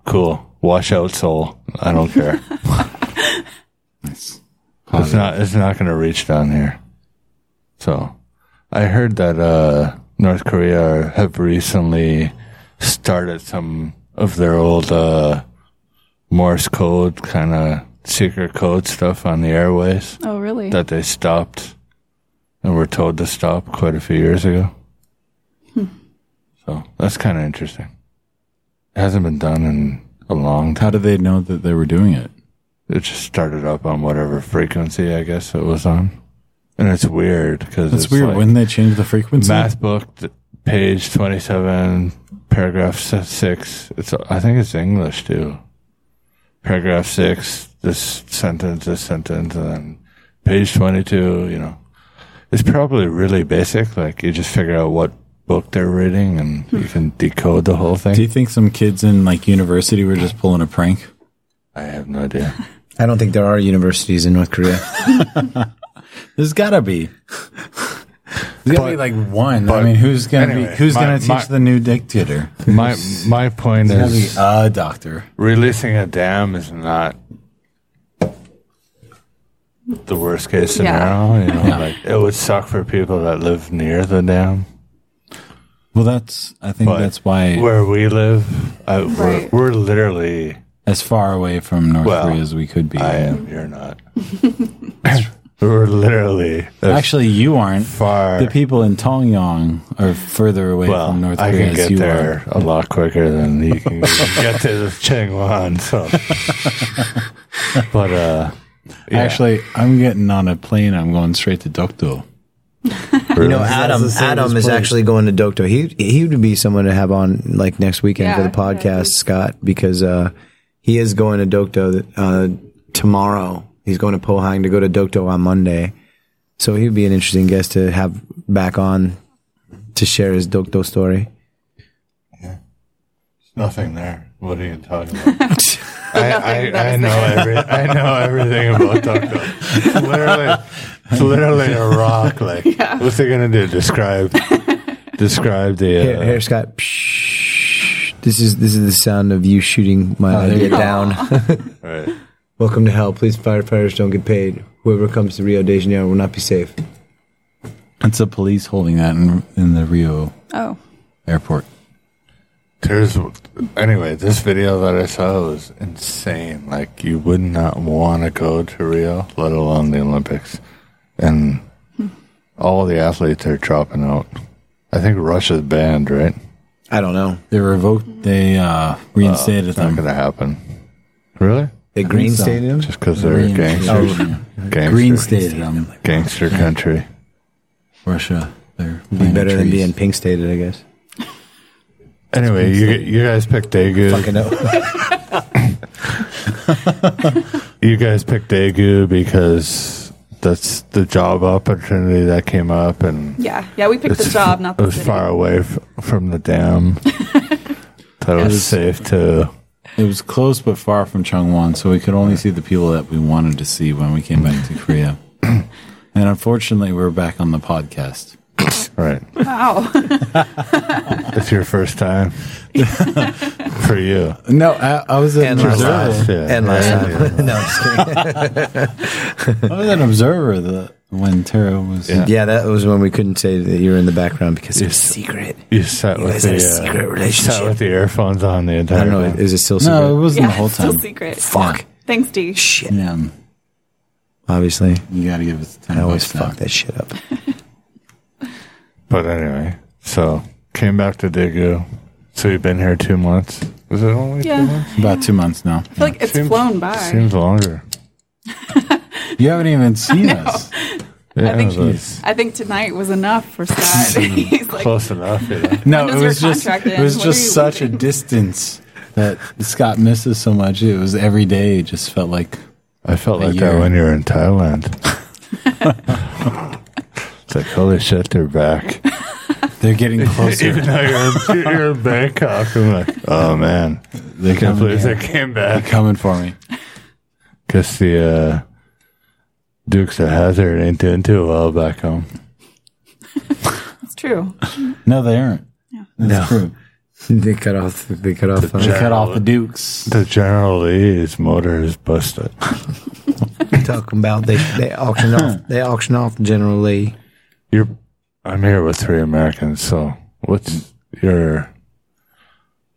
cool. Wash out soul. I don't care. It's not. It's not going to reach down here. So, I heard that uh, North Korea have recently started some of their old uh, Morse code kind of secret code stuff on the airways Oh, really? that they stopped and were told to stop quite a few years ago. So that's kind of interesting. It hasn't been done in a long time. how did they know that they were doing it? It just started up on whatever frequency I guess it was on, and it's weird because That's weird. Like When they changed the frequency, math book, th- page twenty-seven, paragraph s- six. It's I think it's English too. Paragraph six. This sentence. This sentence, and then page twenty-two. You know, it's probably really basic. Like you just figure out what book they're reading, and you can decode the whole do thing. you think some kids in like university were just pulling a prank? I have no idea. I don't think there are universities in North (laughs) Korea. There's gotta be. There's gotta be like one. I but- mean, who's gonna anyway, be? Who's my- gonna teach my- the new dictator? my my point There's gotta be is a doctor. releasing a dam is not the worst case scenario. You know, like it would suck for people that live near the dam. Well, that's. I think But that's why where we live, uh, Right. we're, we're literally. as far away from North Well, Korea as we could be. I am. You're not. (laughs) we're literally as Actually, you aren't. far. The people in Tongyang are further away well, from North I Korea can as get you there are. a lot quicker than you can get to the Changwon. (laughs) So, but uh, yeah, Actually, I'm getting on a plane. I'm going straight to Dokdo. You know, Adam. the same Adam as is Blake. actually going to Dokdo. He he would be someone to have on like next weekend for Yeah, the podcast, yeah. Scott, because uh, he is going to Dokdo uh, tomorrow. He's going to Pohang to go to Dokdo on Monday, so he'd be an interesting guest to have back on to share his Dokdo story. nothing there. What are you (laughs) talking about? I, I, I know every, I know everything about Taco. It's literally, it's literally a rock. Like, what's it gonna do? Describe, describe the. Here, Uh, here, Scott. Psh, this is this is the sound of you shooting my idea down. right. Welcome to hell. Please, firefighters don't get paid. Whoever comes to Rio de Janeiro will not be safe. It's the police holding that in, in the Rio Oh, airport. There's anyway, this video that I saw was insane. Like you would not want to go to Rio, let alone the Olympics, and all the athletes are dropping out. I think Russia's banned, right? I don't know. They revoked. They uh, reinstated It's Mm. not them. gonna happen. Really? The Green so. Stadium. Just because they're gangsters, gangster, Reinstated them. gangster country. Russia. They're Be better than being pink stated, I guess. Anyway, you you guys picked Daegu. (laughs) know. You guys picked Daegu because that's the job opportunity that came up, and yeah, yeah. We picked the It's- job, not It the was city. far away f- from (laughs) the dam. that it was safe to. It was close but (clears throat) far from Changwon, so we could only see the people that we wanted to see when we came back to Korea. And unfortunately, we're back on the podcast. Right. (laughs) Wow. It's your first time. (laughs) For you. No, I, I was an And last observer. time. Yeah. And last Yeah, time. (laughs) no, I'm just kidding. (laughs) I was an observer the, when Tara was. Yeah. Yeah, that was when we couldn't say that you were in the background because it was secret. You sat You with guys had the a uh, secret sat with relationship. the earphones on the I don't entire know. time. Is it still secret? No, it wasn't yeah, the whole it's still time. secret. Fuck. Thanks, D. Shit. Yeah, Obviously, you got to give us ten I always bucks now. fuck that shit up. But anyway, so came back to Daegu. So you've been here two months. Was it only Yeah. two months? About two months now. I feel like it's Seems- flown by. Seems longer. You haven't even (laughs) seen us. Yeah, I think it was I think tonight was enough for Scott. (laughs) He's like, Mm-hmm. close enough. You (laughs) No, know? When it does your was just contract it was end? What are you just such a distance that Scott misses so much. It was every day. It just felt like I felt A like year. that when you were (laughs) in Thailand. it's like holy shit, (laughs) they're back. they're (laughs) getting Even closer. though you're, in- you're in Bangkok, I'm like, oh man, They're coming, can't believe here. they came they're back. coming for me. Guess the uh, Dukes of Hazard ain't doing too well back home. it's true. No, they aren't. No, True. they cut off. They cut off. They Uh, cut off the Dukes. The General Lee's motor is busted. talking about they they auction (laughs) off. They auction off General Lee. You're, I'm here with three Americans, so what's your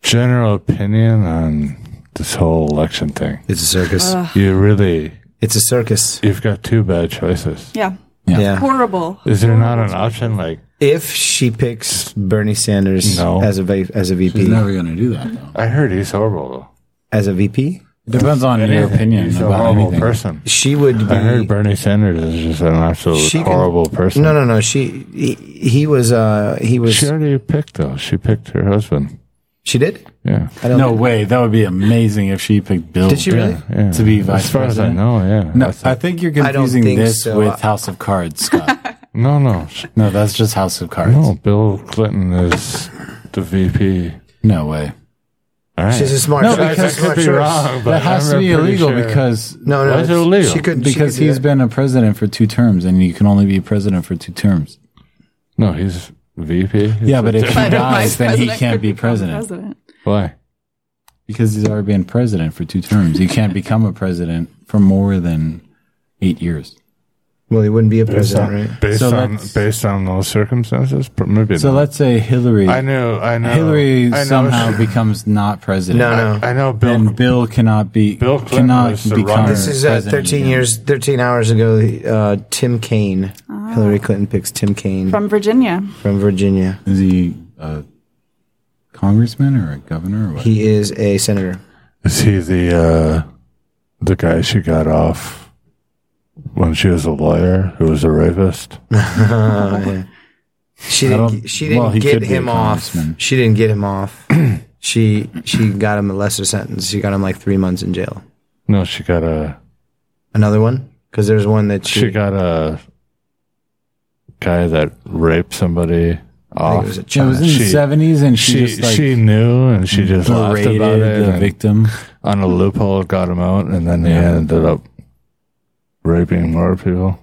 general opinion on this whole election thing? It's a circus. You really, Uh, it's a circus. you've got two bad choices. Yeah. Yeah. Horrible. Is there not an option like If she picks Bernie Sanders No. as a va- as a VP, He's never going to do that though. I heard he's horrible? as a VP, It depends on your opinion He's a about horrible anything. person. she would be. I heard Bernie Sanders is just an absolute She can- horrible person. no, no, no. She he, he was uh he was She already picked though. She picked her husband. she did. Yeah. I don't No way. That would be amazing if she picked Bill. Did she really? yeah. To be vice as far president? as I know, yeah. No, That's- I think you're I don't confusing think this so. with House of Cards, (laughs) Scott. no, no, sh- no, that's just House of Cards. no. Bill Clinton is the VP. No way. All right. She's a smart. No, she's a because- I smart could be choice. wrong, but That has to I'm be pretty illegal sure- because No, no, Why is it illegal? She couldn't because he he's been a president for two terms, and you can only be president for two terms. no, he's VP. Yeah, but if he But a dies, vice then he president can't could be become president president. why? because he's already been president for two terms. You can't become a president for more than eight years. Well, he wouldn't be a Based president, on right? based So on, let's- based on those circumstances, Pr- maybe. So not. let's say Hillary, I know. I know. Hillary I know somehow becomes not president. No, no. (laughs) I know Bill. Then Bill cannot be Bill Clinton cannot was the become. runner. This is uh, president 13 again. years, 13 hours ago. Uh, Tim Kaine, Hillary Clinton picks Tim Kaine from, From Virginia. Virginia. uh, Is he a congressman or a governor or what? He is a senator. Is he the uh, the guy she got off when she was a lawyer who was a rapist? She I didn't. don't- She didn't well, he get could be a him off. congressman. She didn't get him off. (clears throat) she she got him a lesser sentence. She got him like three months in jail. No, she got a Another one because there's one that she, she got a guy that raped somebody I think off. it was a it was child. in She- the seventies, and she, she just like she knew and she just laughed berated about it. the and victim. on Hmm. a loophole, got him out, and then he ended up raping more people.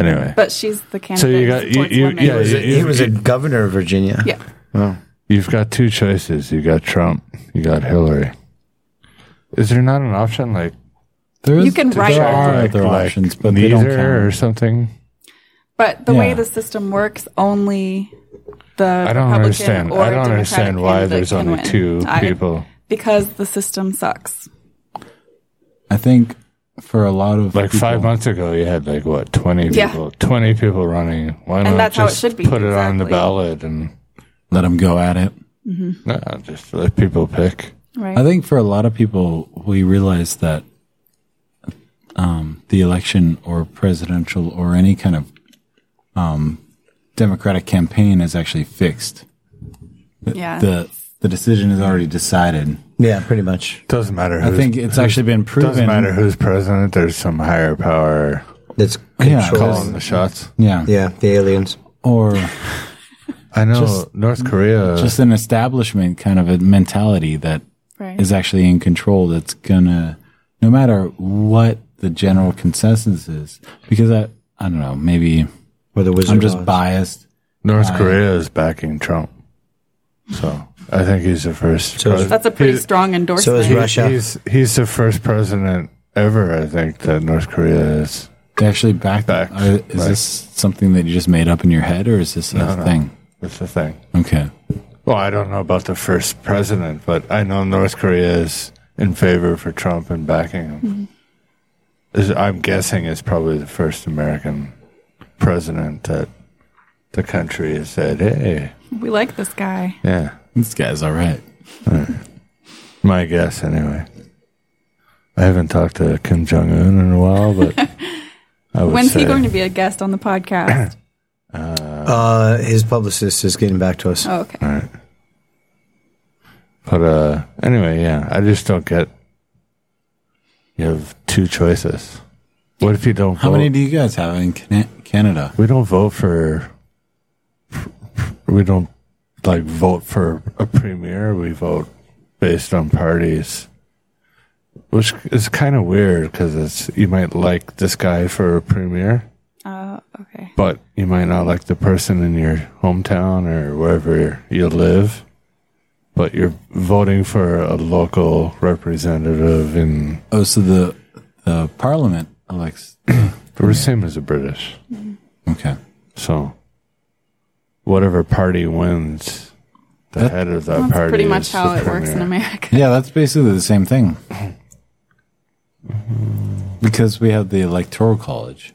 Anyway, But she's the candidate. So you got- who you- supports you- one yeah, man. you- he was a governor of Virginia. Yeah. You've got two choices. You got Trump. You got Hillary. Is there not an option like There is, You can there write- are like- other like options, but they neither don't count. or something? But the way Yeah. the system works, only the I don't Republican understand. or I don't Democratic understand why candidate there's can only win. two I- people. Because the system sucks. I think for a lot of Like people, five months ago, you had like what twenty Yeah. people, twenty people running. Why And not that's how it just should be, put it on the exactly. ballot and let them go at it. no, just let people pick. Right. I think for a lot of people, we realize that um, the election or presidential or any kind of um, democratic campaign is actually fixed. yeah. the The decision is already decided. Yeah, pretty much. Doesn't matter. I think it's actually been proven. doesn't matter who's president. There's some higher power That's Yeah, calling control. the shots. Yeah. Yeah, the aliens. Or I know North Korea. just an establishment kind of a mentality that is Right. actually in control that's gonna no matter what the general consensus is because I, I don't know. Maybe Or the Wizard I'm just of Oz. biased. North Korea is backing Trump, so I think he's the first. So is- pres- That's a pretty he's- strong endorsement. is Ru- Russia. He's he's the first president ever, I think, that North Korea is. They actually back. Back. Are, is Right. this something that you just made up in your head, or is this a thing? That's the thing. Okay. Well, I don't know about the first president, but I know North Korea is in favor for Trump and backing him. Mm-hmm. Is- I'm guessing it's probably the first American president that the country has said, "Hey, we like this guy. yeah." This guy's all right. My guess, anyway. I haven't talked to Kim Jong Un in a while, (laughs) but I would When's say he going to be a guest on the (clears throat) podcast? Uh, his publicist is getting back to us. oh, okay. But uh, anyway, yeah, I just don't get. You have two choices. What if you don't? How vote? many do you guys have in Cana- Canada? we don't vote for. We don't like vote for a premier. We vote based on parties, which is kind of weird because it's you might like this guy for a premier, Uh, okay. but you might not like the person in your hometown or wherever you live. But you're voting for a local representative in Oh, so the the Parliament elects. the same as the British. Okay. So whatever party wins, the That- head of that That's party. pretty is much how the it works in premier. America. Yeah, that's basically the same thing. Because we have the electoral college.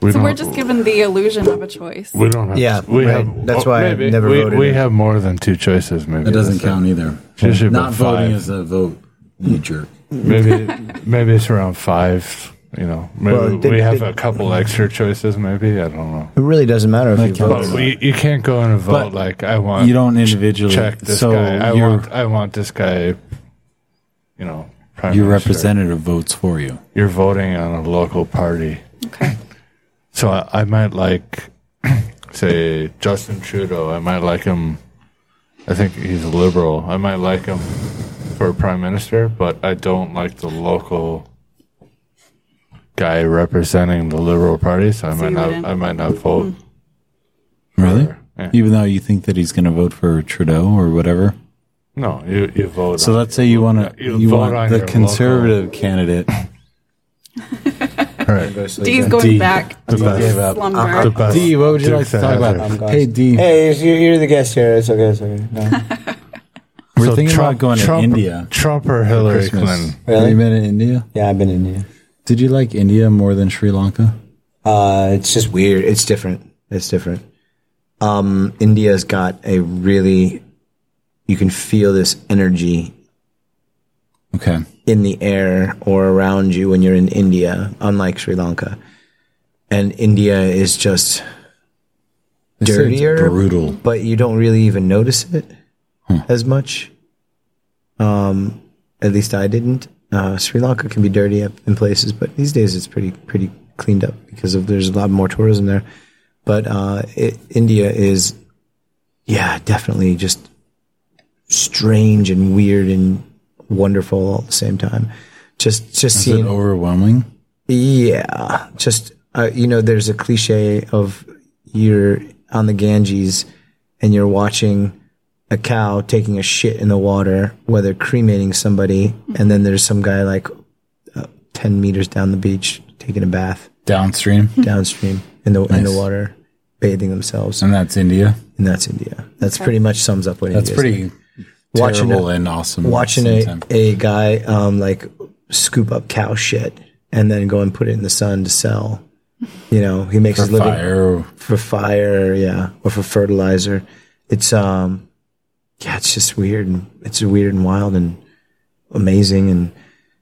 We So we're don't- just given the illusion of a choice. We don't have. Yeah, we right. have. That's why I maybe never we, voted We in. have more than two choices. Maybe That doesn't that's it. count either. Should have been Not voting five. Mm. is a vote, you jerk. Maybe maybe it's around five. You know, maybe Well, did- we have did- a couple extra choices. Maybe I don't know. It really doesn't matter if Like you Kelly. vote. But we, you can't go in and vote But like I want. you don't individually. check this so guy. I your, want. I want this guy. You know, prime your minister. representative votes for you. You're voting on a local party. Okay. (clears throat) So I, I might like, (clears throat) say, Justin Trudeau. I might like him. I think he's a liberal. I might like him for prime minister, but I don't like the local guy representing the liberal party. So I might you not. wouldn't. Hmm. I might not vote. Really? Yeah. Even though you think that he's going to vote for Trudeau or whatever. No, you you vote. So on- let's say you want to You you vote want on the your conservative (laughs) candidate. right. D's going D. back The to best. Gave the up. Uh-huh. slumber. The best D, what would you like to Dukes talk of about? Hazzard. Hey D, Hey, you're, you're the guest here. It's okay. It's okay. No. we're So thinking Trump- about going Trump- to India. Trump or Hillary Clinton. Really? Have you been in India? Yeah, I've been in here. Did you like India more than Sri Lanka? Uh, it's just weird. It's different. It's different. Um, India's got a really, you can feel this energy Okay. in the air or around you when you're in India, unlike Sri Lanka. And India is just They say it's dirtier, brutal. Hmm. but you don't really even notice it as much. Um, at least I didn't. Uh, Sri Lanka can be dirty up in places, but these days it's pretty pretty cleaned up because of there's a lot more tourism there. But uh, it, India is, yeah, definitely just strange and weird and wonderful all at the same time. Just just Is seeing it overwhelming? yeah, just uh, you know, there's a cliche of you're on the Ganges and you're watching a cow taking a shit in the water, whether cremating somebody, and then there's some guy like uh, ten meters down the beach taking a bath Downstream, downstream in the in the Nice. water, bathing themselves, and that's India. and that's India. That's pretty much sums up what That's India is pretty Watching terrible a- and awesome. at watching the same a, time. a guy um, like scoop up cow shit and then go and put it in the sun to sell. You know, he makes for his living fire. for fire, yeah, or for fertilizer. It's um, yeah, it's just weird and it's weird and wild and amazing. And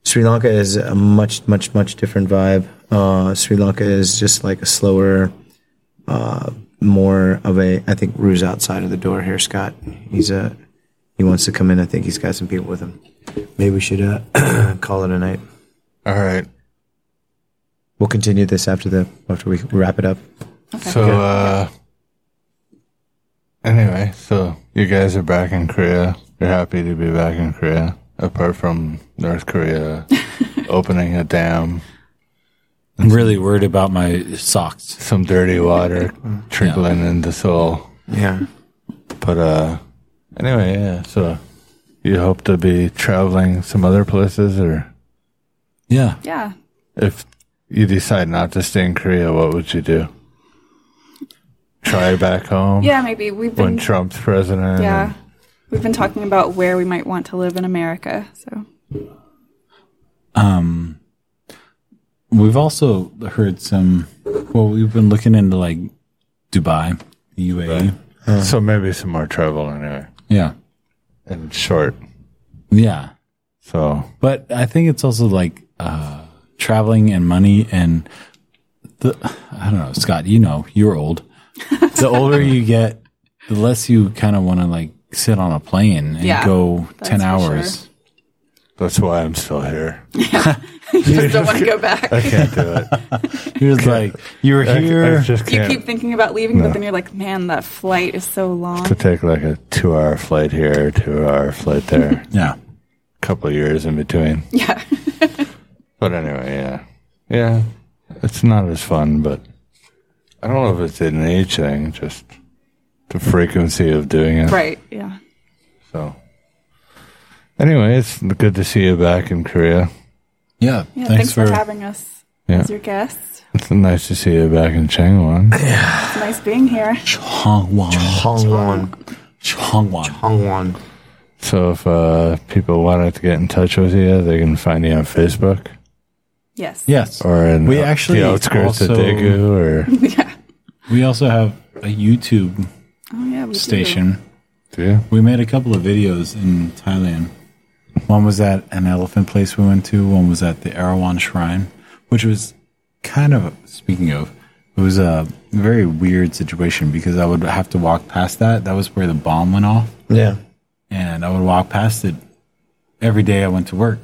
Sri Lanka is a much, much, much different vibe. Uh, Sri Lanka is just like a slower, uh, more of a. I think Rue's outside of the door here, Scott. He's a. He wants to come in. I think he's got some people with him. Maybe we should uh, (clears throat) call it a night. All right. We'll continue this after the after we wrap it up. So uh anyway, so you guys are back in Korea. You're happy to be back (laughs) in Korea, apart from North Korea opening a dam I'm really worried about my socks. Some dirty water trickling into soul. Yeah. But uh, anyway, yeah. So you hope to be traveling some other places, or Yeah. Yeah. if you decide not to stay in Korea, what would you do? Try back home Yeah, maybe we've when been Trump's president. yeah. We've been talking about where we might want to live in America. So (laughs) Um, we've also heard some. Well, we've been looking into like Dubai, UAE. and- so maybe some more travel anyway, E. Yeah, and short. yeah. So But I think it's also like uh, traveling and money and the. I don't know, Scott. You know, you're (laughs) old. The older you get, the less you kind of want to like sit on a plane and Yeah, go that's ten for hours. sure. that's why I'm still here. just don't want to go back. I can't do it. You're just like you were I- I, here. just You can't. keep thinking about leaving, but then you're like, man, that flight is so (laughs) long. to take like a two-hour flight here, two-hour flight (laughs) there, Yeah, couple of years in between. Yeah. (laughs) But anyway, yeah. Yeah. It's not as fun, but I don't know if it's an age thing, just the frequency of doing it. right. Yeah. So anyway, it's good to see you back in Korea. yeah. Yeah. thanks, for, having us Yeah. as your guest. It's nice to see you back in Changwon. It's nice being here. Chongwan. Hongwon. Chongwan. Hongwon. So if uh, people wanted to get in touch with you, they can find you on Facebook Yes. Yes. or in uh, We the actually outskirts of also- Daegu or yeah. We also have a YouTube Oh yeah. We do. station. do you? We made a couple of videos in Thailand. One was at an elephant place we went to. One was at the Erawan Shrine, which was kind of speaking of. It was a very weird situation because I would have to walk past that. That was where the bomb went off, Yeah. and I would walk past it every day I went to work.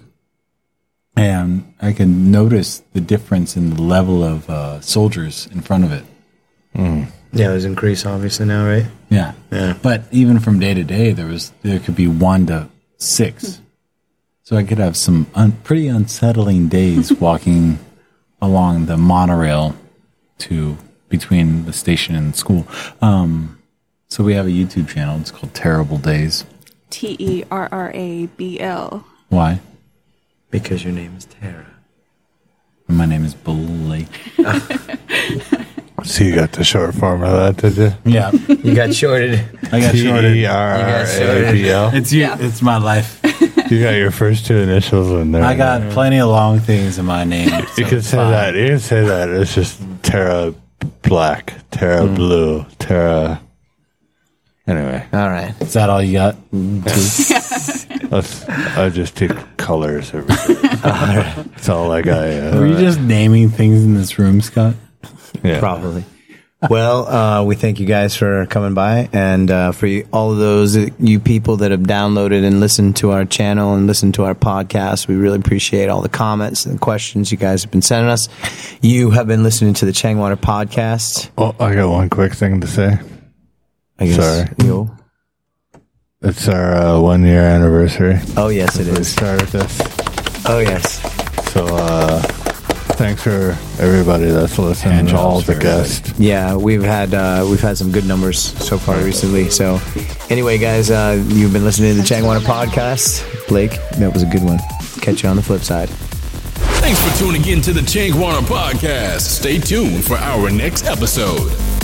And I could notice the difference in the level of uh, soldiers in front of it. Yeah, there's increase obviously now, right? Yeah. But even from day to day, there was there could be one to six. So I could have some un- pretty unsettling days (laughs) walking along the monorail to between the station and school. Um, so we have a YouTube channel. It's called Terrible Days. T e r r a b l. Why? Because your name is Tara. My name is Bully. So you got the short form of that, did you? E Yeah, You (laughs) got shorted. I got shorted. T-E-R-A-B-L. It's you. It's my life. You got your first two initials in there. I got plenty of long things in my name. You so can it's say fine. that. You can say that. It's just Terra Black, Terra Mm. Blue, Terra. Anyway, All right. Is that all you got? let's, I just take colors. Every (laughs) day. That's all I got. Yeah. Were you just naming things in this room, Scott? Yeah. Probably. well, uh, we thank you guys for coming by, and uh, for you, all of those uh, you people that have downloaded and listened to our channel and listened to our podcast. We really appreciate all the comments and questions you guys have been sending us. You have been listening to the Changwater podcast. Oh, I got one quick thing to say. I guess Sorry. you. It's our uh, one year anniversary. Oh yes, it We is. started this. Oh yes. So, uh, thanks for everybody that's listening, and Hand all jobs the for everybody. guests. Yeah, we've had uh, we've had some good numbers so far recently. So, anyway, guys, uh, you've been listening to the Changwana podcast. Blake, that was a good one. Catch you on the flip side. Thanks for tuning in to the Changwana Podcast. Stay tuned for our next episode.